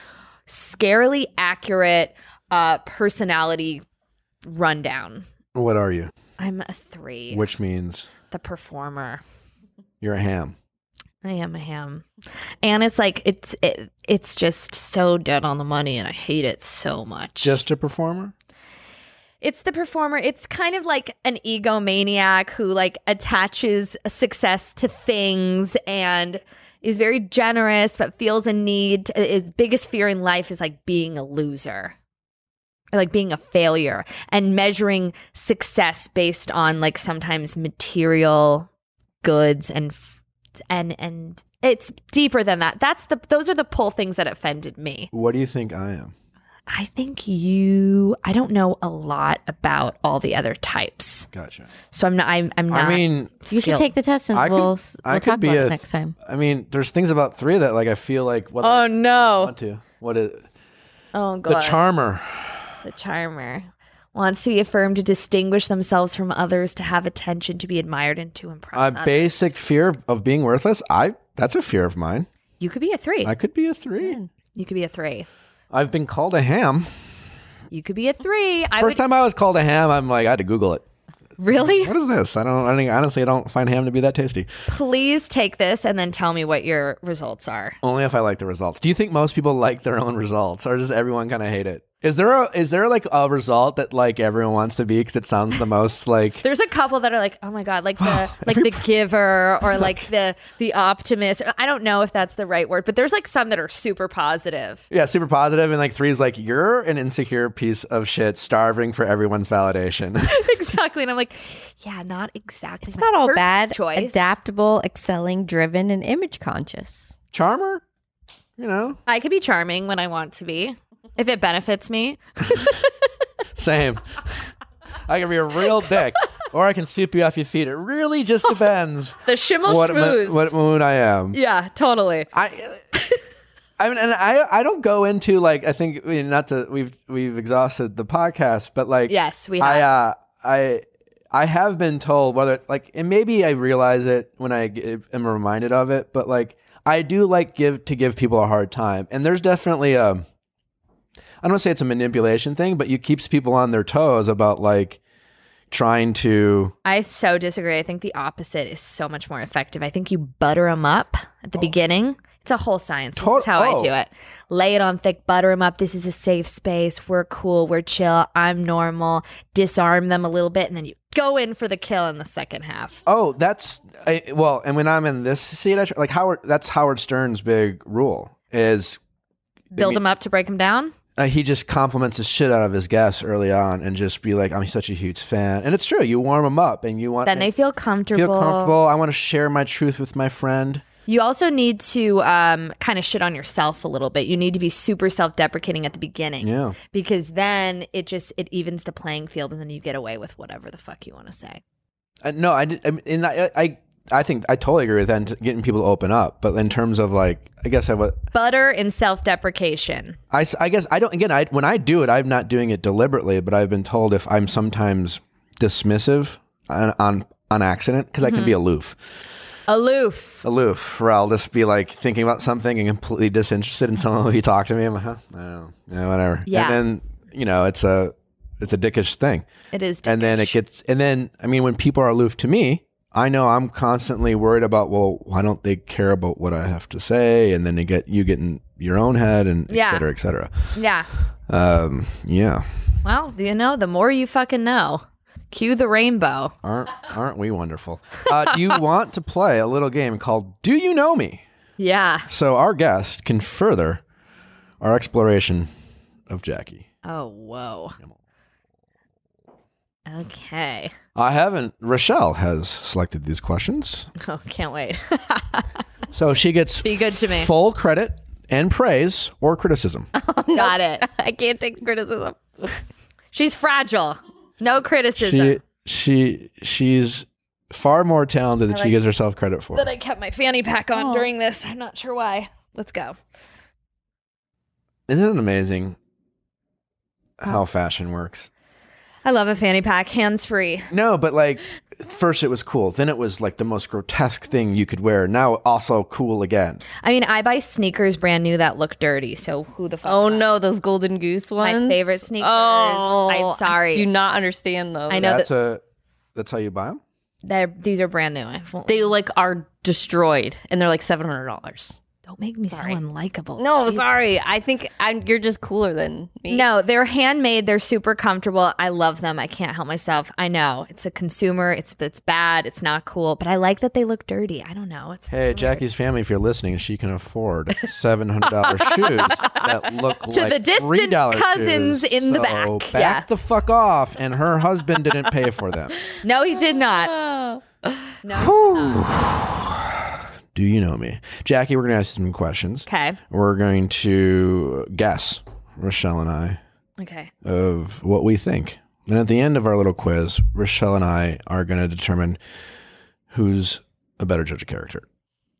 scarily accurate uh, personality rundown. What are you? I'm a three, Which means the performer. you're a ham. I am a ham, and it's like it's it, it's just so dead on the money, and I hate it so much. Just a performer? it's the performer. It's kind of like an egomaniac who like attaches success to things and is very generous, but feels a need. To, his biggest fear in life is like being a loser. Or like being a failure and measuring success based on like sometimes material goods and f- and and it's deeper than that. That's the those are the pull things that offended me. What do you think I am? I think you. I don't know a lot about all the other types, Gotcha. so I'm not. I'm, I'm not. I mean, You should skilled. take the test and I could- we'll, s- I we'll could talk be about a- it next time. I mean, there's things about three that like I feel like what I Oh no! want to. What is Oh god! the charmer? the charmer wants to be affirmed to distinguish themselves from others, to have attention, to be admired, and to impress. A others. basic fear of being worthless. I that's a fear of mine. you could be a three. I could be a three. you could be a three. I've been called a ham. You could be a three. I First would time I was called a ham, I'm like I had to Google it. really What is this? I don't. I think honestly, I don't find ham to be that tasty. please take this and then tell me what your results are. Only if I like the results. Do you think most people like their own results, or does everyone kind of hate it? Is there a is there like a result that like everyone wants to be because it sounds the most like There's a couple that are like, oh my god, like the like the giver or like the the optimist. I don't know if that's the right word, but there's like some that are super positive. yeah super positive and like three is like you're an insecure piece of shit starving for everyone's validation. exactly, and I'm like, yeah, not exactly. It's not all bad. Choice. Adaptable, excelling, driven, and image conscious. Charmer, you know, I could be charming when I want to be, if it benefits me. same. I can be a real dick, or I can sweep you off your feet. It really just depends The shimmel what schmooze. mo- what moon I am. yeah, totally. I. I mean, and I I don't go into like I think I mean, not to we've we've exhausted the podcast, but like Yes, we I have. uh, I I have been told whether like and maybe I realize it when I g- am reminded of it, but like I do like give to give people a hard time, and there's definitely a I don't want to say it's a manipulation thing, but you keeps people on their toes about like trying to I so disagree. I think the opposite is so much more effective. I think you butter them up at the beginning. It's a whole science. This To- is how I do oh. it. Lay it on thick, butter them up. This is a safe space. We're cool. We're chill. I'm normal. Disarm them a little bit, and then you go in for the kill in the second half. Oh, that's I, well, and when I'm in this seat, I tr- like Howard. That's Howard Stern's big rule is Build them up to break them down. uh, he just compliments the shit out of his guests early on and just be like, "I'm such a huge fan," and it's true. You warm them up, and you want Then Uh, they feel comfortable. feel comfortable. I want to share my truth with my friend. You also need to um, kind of shit on yourself a little bit. You need to be super self-deprecating at the beginning. Yeah, Because then it just it evens Uh, the playing field, and then you get away with whatever the fuck you want to say. I, no, I did, I mean, and I, I I think I totally agree with that. and Getting people to open up, but in terms of like, I guess I would. Butter and self deprecation. I, s- I guess I don't. Again, I when I do it, I'm not doing it deliberately, but I've been told if I'm sometimes dismissive on on, on accident because I can Mm-hmm. be aloof, Oh. Aloof. aloof, where I'll just be like thinking about something and completely disinterested in someone if you talk to me. I'm like, huh, I don't know, yeah, whatever. And Yeah. then you know, it's a it's a dickish thing. It is. and then it gets and then i mean when people are aloof to me i know i'm constantly worried about well why don't they care about what i have to say and then they get you get in your own head and et Yeah. cetera et cetera yeah. um yeah Well, you know, the more you fucking know. Cue the rainbow. aren't aren't we wonderful uh, do you want to play a little game called do you know me Yeah. so our guest can further our exploration of jackie Oh, whoa. Okay. i haven't rochelle has selected these questions Oh, can't wait. so she gets Be good to me. full credit and praise or criticism Got it. I can't take criticism. She's fragile. No criticism. she she she's far more talented than she gives herself credit for. that I kept my fanny pack on during this. I'm not sure why. Let's go. Isn't it amazing how fashion works? I love a fanny pack, hands free. No, but like first it was cool, then it was like the most grotesque thing you could wear. Now also cool again. I mean, I buy sneakers brand new that look dirty. So who the fuck? Oh am I? no, those golden goose My ones. Oh, favorite sneakers. I'm sorry. I do not understand those. I know that's a that's how you buy them. They're, these are brand new. I won't- they like are destroyed, and they're like seven hundred dollars. don't make me so unlikable. No, Jesus. sorry. I think I'm, you're just cooler than me. No, they're handmade. They're super comfortable. I love them. I can't help myself. I know it's a consumer. It's it's bad. It's not cool. But I like that they look dirty. I don't know. It's Hey, Jackie's family, if you're listening, she can afford seven hundred dollar shoes that look To like the distant $3 cousins shoes. in the So back. Back Yeah. the fuck off! And her husband didn't pay for them. no, he did not. Do you know me, Jackie? We're gonna ask you some questions. Okay. We're going to guess, Rochelle and I, Okay. of what we think. And at the end of our little quiz, Rochelle and I are going to determine who's a better judge of character.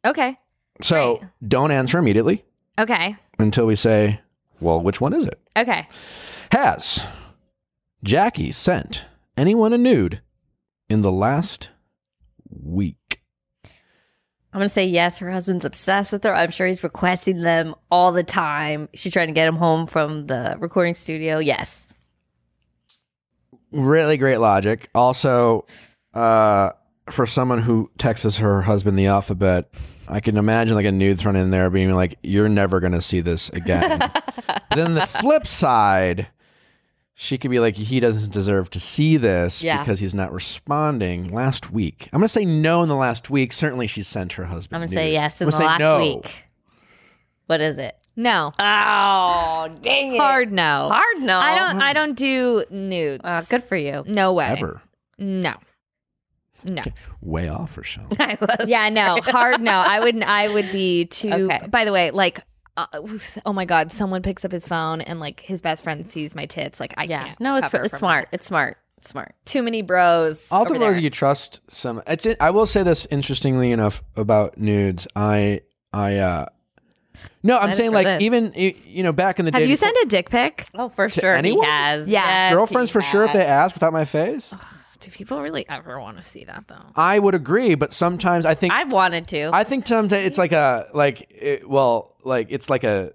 Okay. So don't answer immediately Okay. until we say, well, which one is it? Okay. Has Jackie sent anyone a nude in the last week? I'm gonna say yes. Her husband's obsessed with her. I'm sure he's requesting them all the time. She's trying to get him home from the recording studio. Yes. Really great logic. Also, uh, for someone who texts her husband the alphabet, I can imagine like a nude thrown in there being like, "You're never gonna see this again." then the flip side, she could be like, "He doesn't deserve to see this Yeah. because he's not responding." Last week, I'm gonna say no. In the last week, certainly she sent her husband. I'm gonna nude. say yes in I'm the gonna last say no. week. What is it? No. Oh, dang Hard no. Hard no. I don't. I don't do nudes. Uh, good for you. No way. ever. No. No. Way off, Rochelle. I was. Yeah. No. Hard no. I wouldn't. I would be too. Okay. By the way, like. Uh, oh my God! Someone picks up his phone and like his best friend sees my tits. Like I Yeah. can't. No, it's, recover it's from smart. It's smart. It's smart. Too many bros. All over the bros there. you trust some. It's. I will say this interestingly enough about nudes. I. I. uh No, I'm Excited saying for like this. even y- you know back in the day. Have you before- sent a dick pic? Oh, for sure. anyone? He has. Yeah. Yes, girlfriends he for sure if has. they ask without my face? Do people really ever want to see that though? I would agree, but sometimes I think I, I wanted to. think sometimes it's like a like it, well like it's like a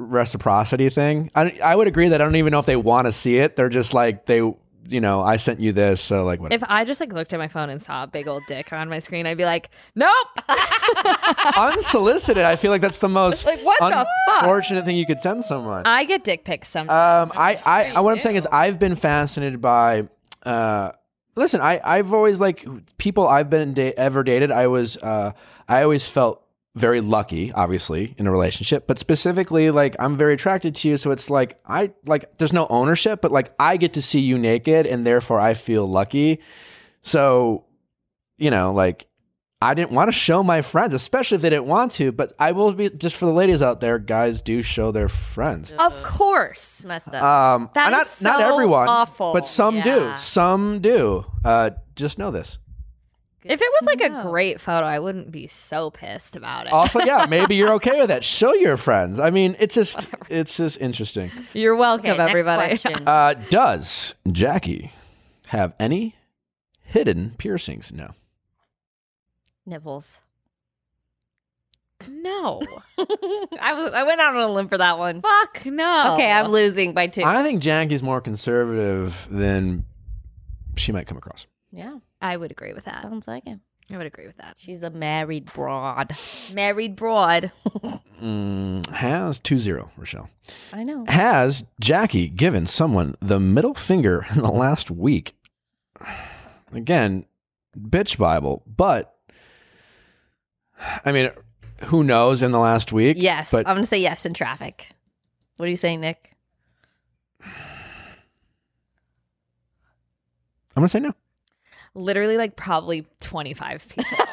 reciprocity thing. I I would agree that I don't even know if they want to see it. They're just like they you know I sent you this so like whatever. If I just like looked at my phone and saw a big old dick on my screen, I'd be like, nope. Unsolicited, I feel like that's the most Like, what the fuck? unfortunate thing you could send someone. I get dick pics Um, sometimes. I, I, I, what I'm saying is, I've been fascinated by. Uh, listen, I, I've always like people I've been da- ever dated. I was, uh, I always felt very lucky, obviously, in a relationship, but specifically, like I'm very attracted to you. So it's like I like there's no ownership, but like I get to see you naked, and therefore I feel lucky. So, you know, like I didn't want to show my friends, especially if they didn't want to. But I will be just for the ladies out there, guys do show their friends. of course. It's messed up. Um, That and not, is not so everyone, awful. but some Yeah. do. Some do. Uh, just know this. Good If it was to like a know. great photo, I wouldn't be so pissed about it. Also, yeah, maybe you're okay with that. Show your friends. I mean, it's just it's just interesting. You're welcome, Okay, next everybody. question. Uh, does Jackie have any hidden piercings? No. Nipples. No. I was I went out on a limb for that one. Fuck no. Okay, I'm losing by two. I think Jackie's more conservative than she might come across. yeah, I would agree with that. sounds like it. I would agree with that. She's a married broad. Married broad. Mm, has two zero, Rochelle. I know. Has Jackie given someone the middle finger in the last week? Again, bitch Bible, but I mean, who knows in the last week? Yes, Oh. But I'm gonna say yes in traffic. What are you saying, Nick? I'm going to say no. Literally, like probably 25 people.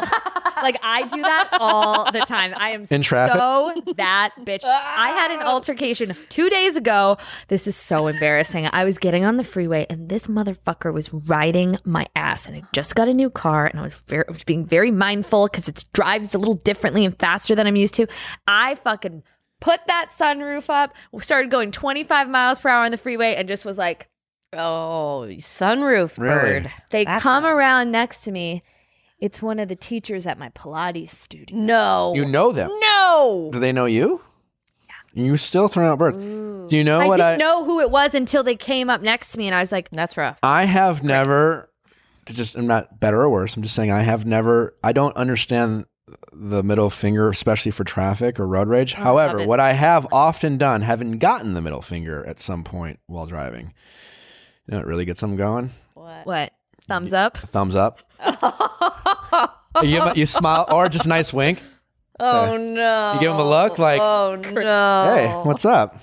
like I do that all the time. I am In traffic? so that bitch. I had an altercation two days ago. This is so embarrassing. I was getting on the freeway and this motherfucker was riding my ass. And I just got a new car and I was, very, I was being very mindful because it drives a little differently and faster than I'm used to. I fucking put that sunroof up, started going 25 miles per hour on the freeway, and just was like, Oh, sunroof Really? bird. they That's come around next to me. It's one of the teachers at my Pilates studio. No. You know them. no. Do they know you? You still throwing out birds. Do you know I what didn't I know who it was until they came up next to me, and I was like, That's rough. I have never just I'm not better or worse. I'm just saying I have never I don't understand the middle finger, especially for traffic or road rage. However, it. what I have often done, having gotten the middle finger at some point while driving. You know, it really gets them going. What? "What? Thumbs up? Thumbs up. You, give 'em- you smile or just a nice wink. Oh no. You give them a look like, Oh no. hey, what's up?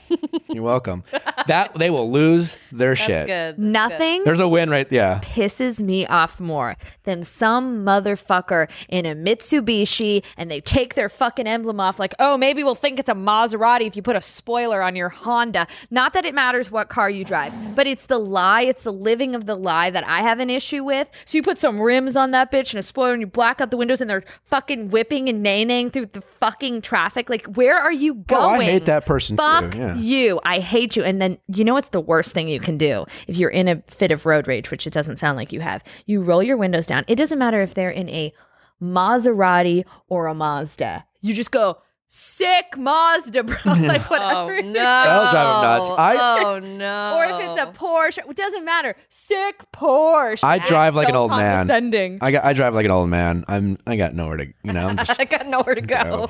You're welcome. That they will lose their shit. Good. Nothing." There's a win right Yeah. pisses me off more than some motherfucker in a Mitsubishi and they take their fucking emblem off like, oh, maybe we'll think it's a Maserati if you put a spoiler on your Honda. Not that it matters what car you drive, but it's the lie, it's the living of the lie that I have an issue with. So you put some rims on that bitch and a spoiler and you black out the windows and they're fucking whipping and naying through the fucking traffic. Like, where are you going? Oh, I hate that person Fuck too. Yeah. you. I hate you. And then you know what's the worst thing you can do if you're in a fit of road rage, which it doesn't sound like you have. You roll your windows down. It doesn't matter if they're in a Maserati or a Mazda. You just go, sick Mazda, bro. like Oh no. whatever. it is. That'll drive 'em nuts. I- oh no. Or if it's a Porsche, it doesn't matter. Sick Porsche. I drive like an so old man. condescending. I got I drive like an old man. I'm I got nowhere to you know, I'm just I got nowhere to go.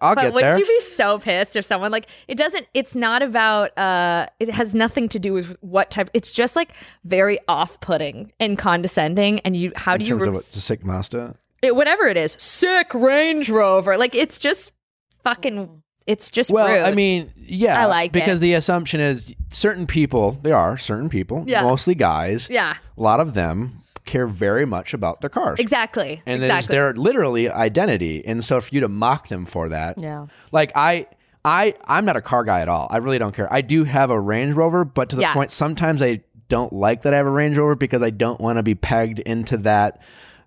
I'll But get wouldn't there. you be so pissed if someone like it doesn't it's not about uh it has nothing to do with what type it's just like very off-putting and condescending and you how in do you terms re- of what, the sick master. it, whatever it is sick range rover like it's just fucking it's just Well, rude. I mean, yeah, I like it. because the assumption is certain people. There are certain people, Yeah. mostly guys. yeah a lot of them care very much about their cars, exactly and it's exactly their literally identity. And so, for you to mock them for that, Yeah. like I. I, I'm not a car guy at all. I really don't care. I do have a Range Rover, but to the Yeah. point sometimes I don't like that I have a Range Rover because I don't want to be pegged into that.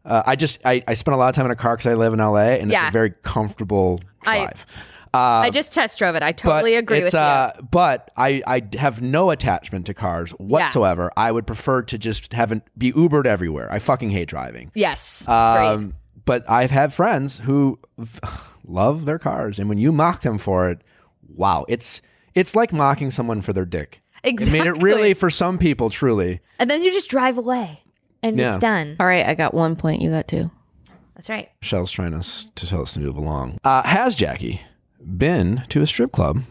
Uh, I just I, I spend a lot of time in a car because I live in LA and it's Yeah. a very comfortable I- drive. i just test drove it i totally agree with um, uh, But I, I have no attachment to cars whatsoever. I would prefer to just have an, be Ubered everywhere. I fucking hate driving. you yes great. Um, but I've had friends who v- love their cars, and when you mock them for it, wow, it's it's like mocking someone for their dick. I mean, it Exactly. really for some people, truly. and then you just drive away and Yeah. it's done All right, I got one point. You got two. that's right Michelle's trying us to tell us to move along. Uh, has Jackie been to a strip club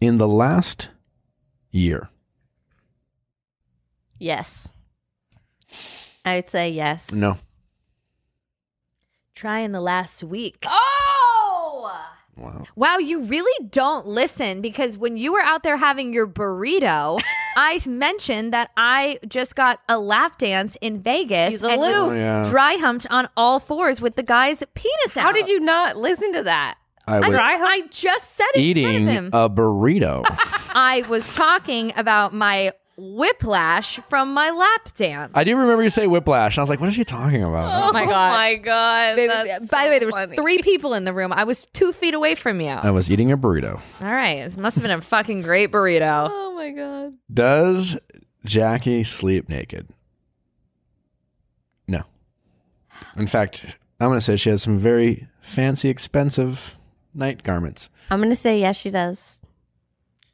in the last year? Yes. I would say yes. No. try in the last week Oh. Wow. Wow, you really don't listen because when you were out there having your burrito, I mentioned that I just got a lap dance in Vegas He's aloof. and just Oh, yeah. dry humped on all fours with the guy's penis out. How did you not listen to that? I I, was I just said it in front eating uh, of him. a burrito. I was talking about my whiplash from my lap dance. I do remember you say whiplash. And I was like, what is she talking about? Oh my God. my god. Baby, that's by so the way, there was funny. three people in the room. I was two feet away from you. I was eating a burrito. All right, it must have been a fucking great burrito. Oh my god. Does Jackie sleep naked? No. In fact, I'm going to say she has some very fancy, expensive night garments. I'm gonna say yes, she does.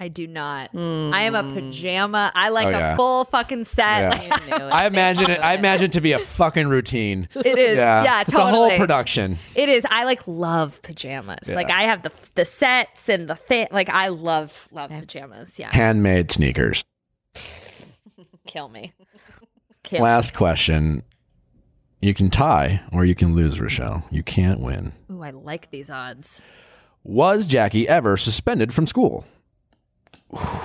I do not. I am a pajama. I like Hmm. Oh, a yeah. full fucking set. Yeah. Like, I imagine it. I imagine it to be a fucking routine. it is. Yeah, It's totally. The whole production. It is. I like love pajamas. Like I have the the sets and the thing. Like I love love pajamas. Yeah, Handmade sneakers. kill me. Kill. Last question. You can tie or you can lose, Rochelle. You can't win. Ooh, I like these odds. Was Jackie ever suspended from school?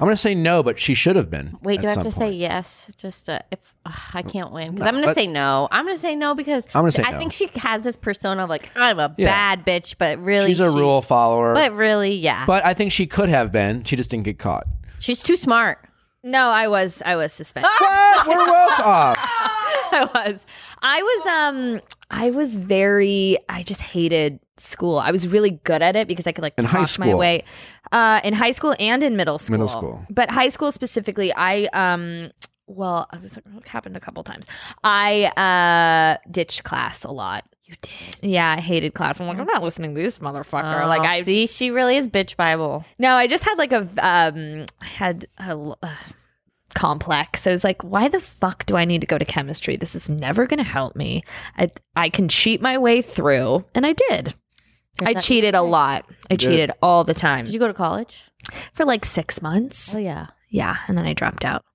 I'm going to say no, but she should have been. Wait, at do I have some to say point. yes? Just uh, if ugh, I can't win, because I'm gonna but- say no. I'm gonna say no because I'm gonna say I no. think she has this persona of like I'm a Yeah. bad bitch, but really She's a rule follower. But really, yeah, But I think she could have been. She just didn't get caught. she's too smart. No, I was I was suspended. What? We're both off. I was. I was um I was very I just hated school. I was really good at it because I could like In high talk my school. way. Uh in high school and in middle school. Middle school. But high school specifically, I um well, I was it happened a couple times. I uh ditched class a lot. You did. Yeah, I hated class. I'm like, I'm not listening to this motherfucker. like like I Oh, see, she really is bitch Bible. no, I just had like a um I had a l- uh, complex. I was like, why the fuck do I need to go to chemistry? This is never going to help me. I I can cheat my way through, and I did. I that- cheated a lot. I did. cheated all the time Did you go to college? for like 6 months. Oh yeah. Yeah, and then I dropped out.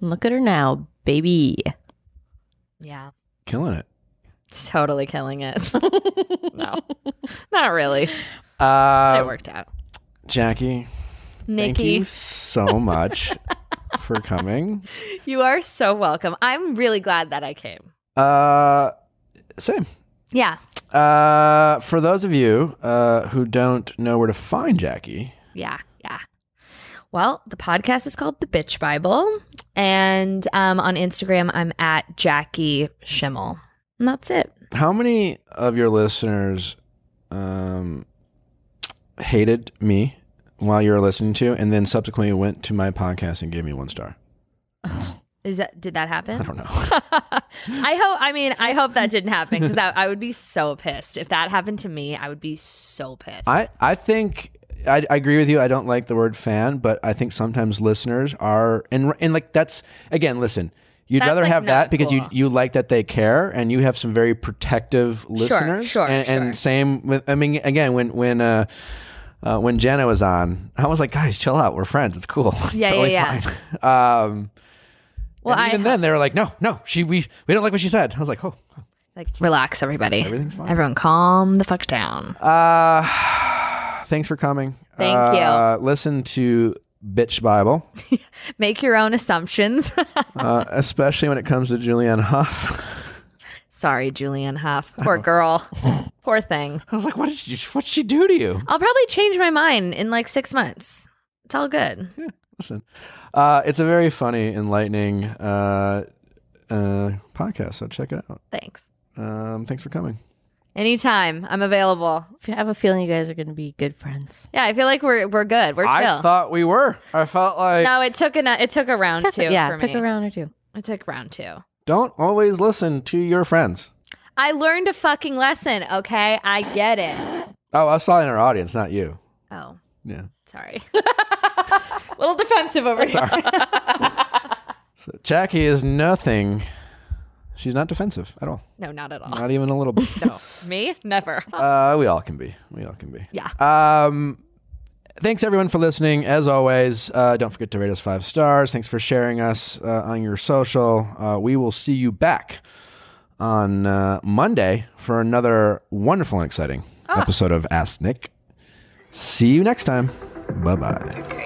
Look at her now, baby. Yeah. Killing it. Totally killing it. no. Not really. it Uh, worked out. Jackie, thank Nikki, you you. so much for coming. are so welcome. I'm really glad that I came. Uh, same. Yeah. Uh, for those of you uh, who don't know where to find Jackie, Yeah, yeah. Well, the podcast is called The Bitch Bible, and um, on Instagram, I'm at Jackie Schimmel. And that's it. how many of your listeners um, hated me while you were listening to, and then subsequently went to my podcast and gave me one star? Is that did that happen? I don't know. I hope. I mean, I hope that didn't happen because that I would be so pissed if that happened to me. I would be so pissed. I, I think I, I agree with you. I don't like the word fan, but I think sometimes listeners are and and like that's again. Listen, you'd That's, rather like, have that not because you cool. you like that they care, and you have some very protective listeners. sure, and, sure. and same with I mean again when when uh, uh when Jenna was on, I was like, guys, chill out. We're friends. It's cool. It's Yeah, yeah, totally yeah. fine." Um, Well, and I even ha- then they were like, no, no, she we we don't like what she said. I was like, oh. like relax, everybody. Everything's fine. Everyone, calm the fuck down. Uh, thanks for coming. Thank uh, you. Listen to Bitch Bible. Make your own assumptions. uh, especially when it comes to Julianne Hough. Sorry, Julianne Hough. Poor girl. Poor thing. I was like, what did you, what'd she do to you? I'll probably change my mind in like six months. It's all good. Listen, uh, it's a very funny, enlightening uh, uh, podcast, so check it out. Thanks. Um, thanks for coming. Anytime. I'm available. I have a feeling you guys are gonna be good friends. Yeah, I feel like we're we're good. We're chill. I thought we were. I felt like no, it took an it took a round two yeah, for took me. a round or two. It took round two. don't always listen to your friends. I learned a fucking lesson, okay? I get it. Oh, I was talking to our audience, not you. Oh, Yeah. sorry. little defensive over here. So Jackie is nothing. She's not defensive at all. No, not at all. Not even a little bit. No. Me? Never. Uh, we all can be. We all can be. Yeah. Um, thanks everyone for listening. As always, uh, don't forget to rate us five stars. Thanks for sharing us uh, on your social. Uh, we will see you back on uh, Monday for another wonderful and exciting episode of Ask Nick. See you next time. Bye bye.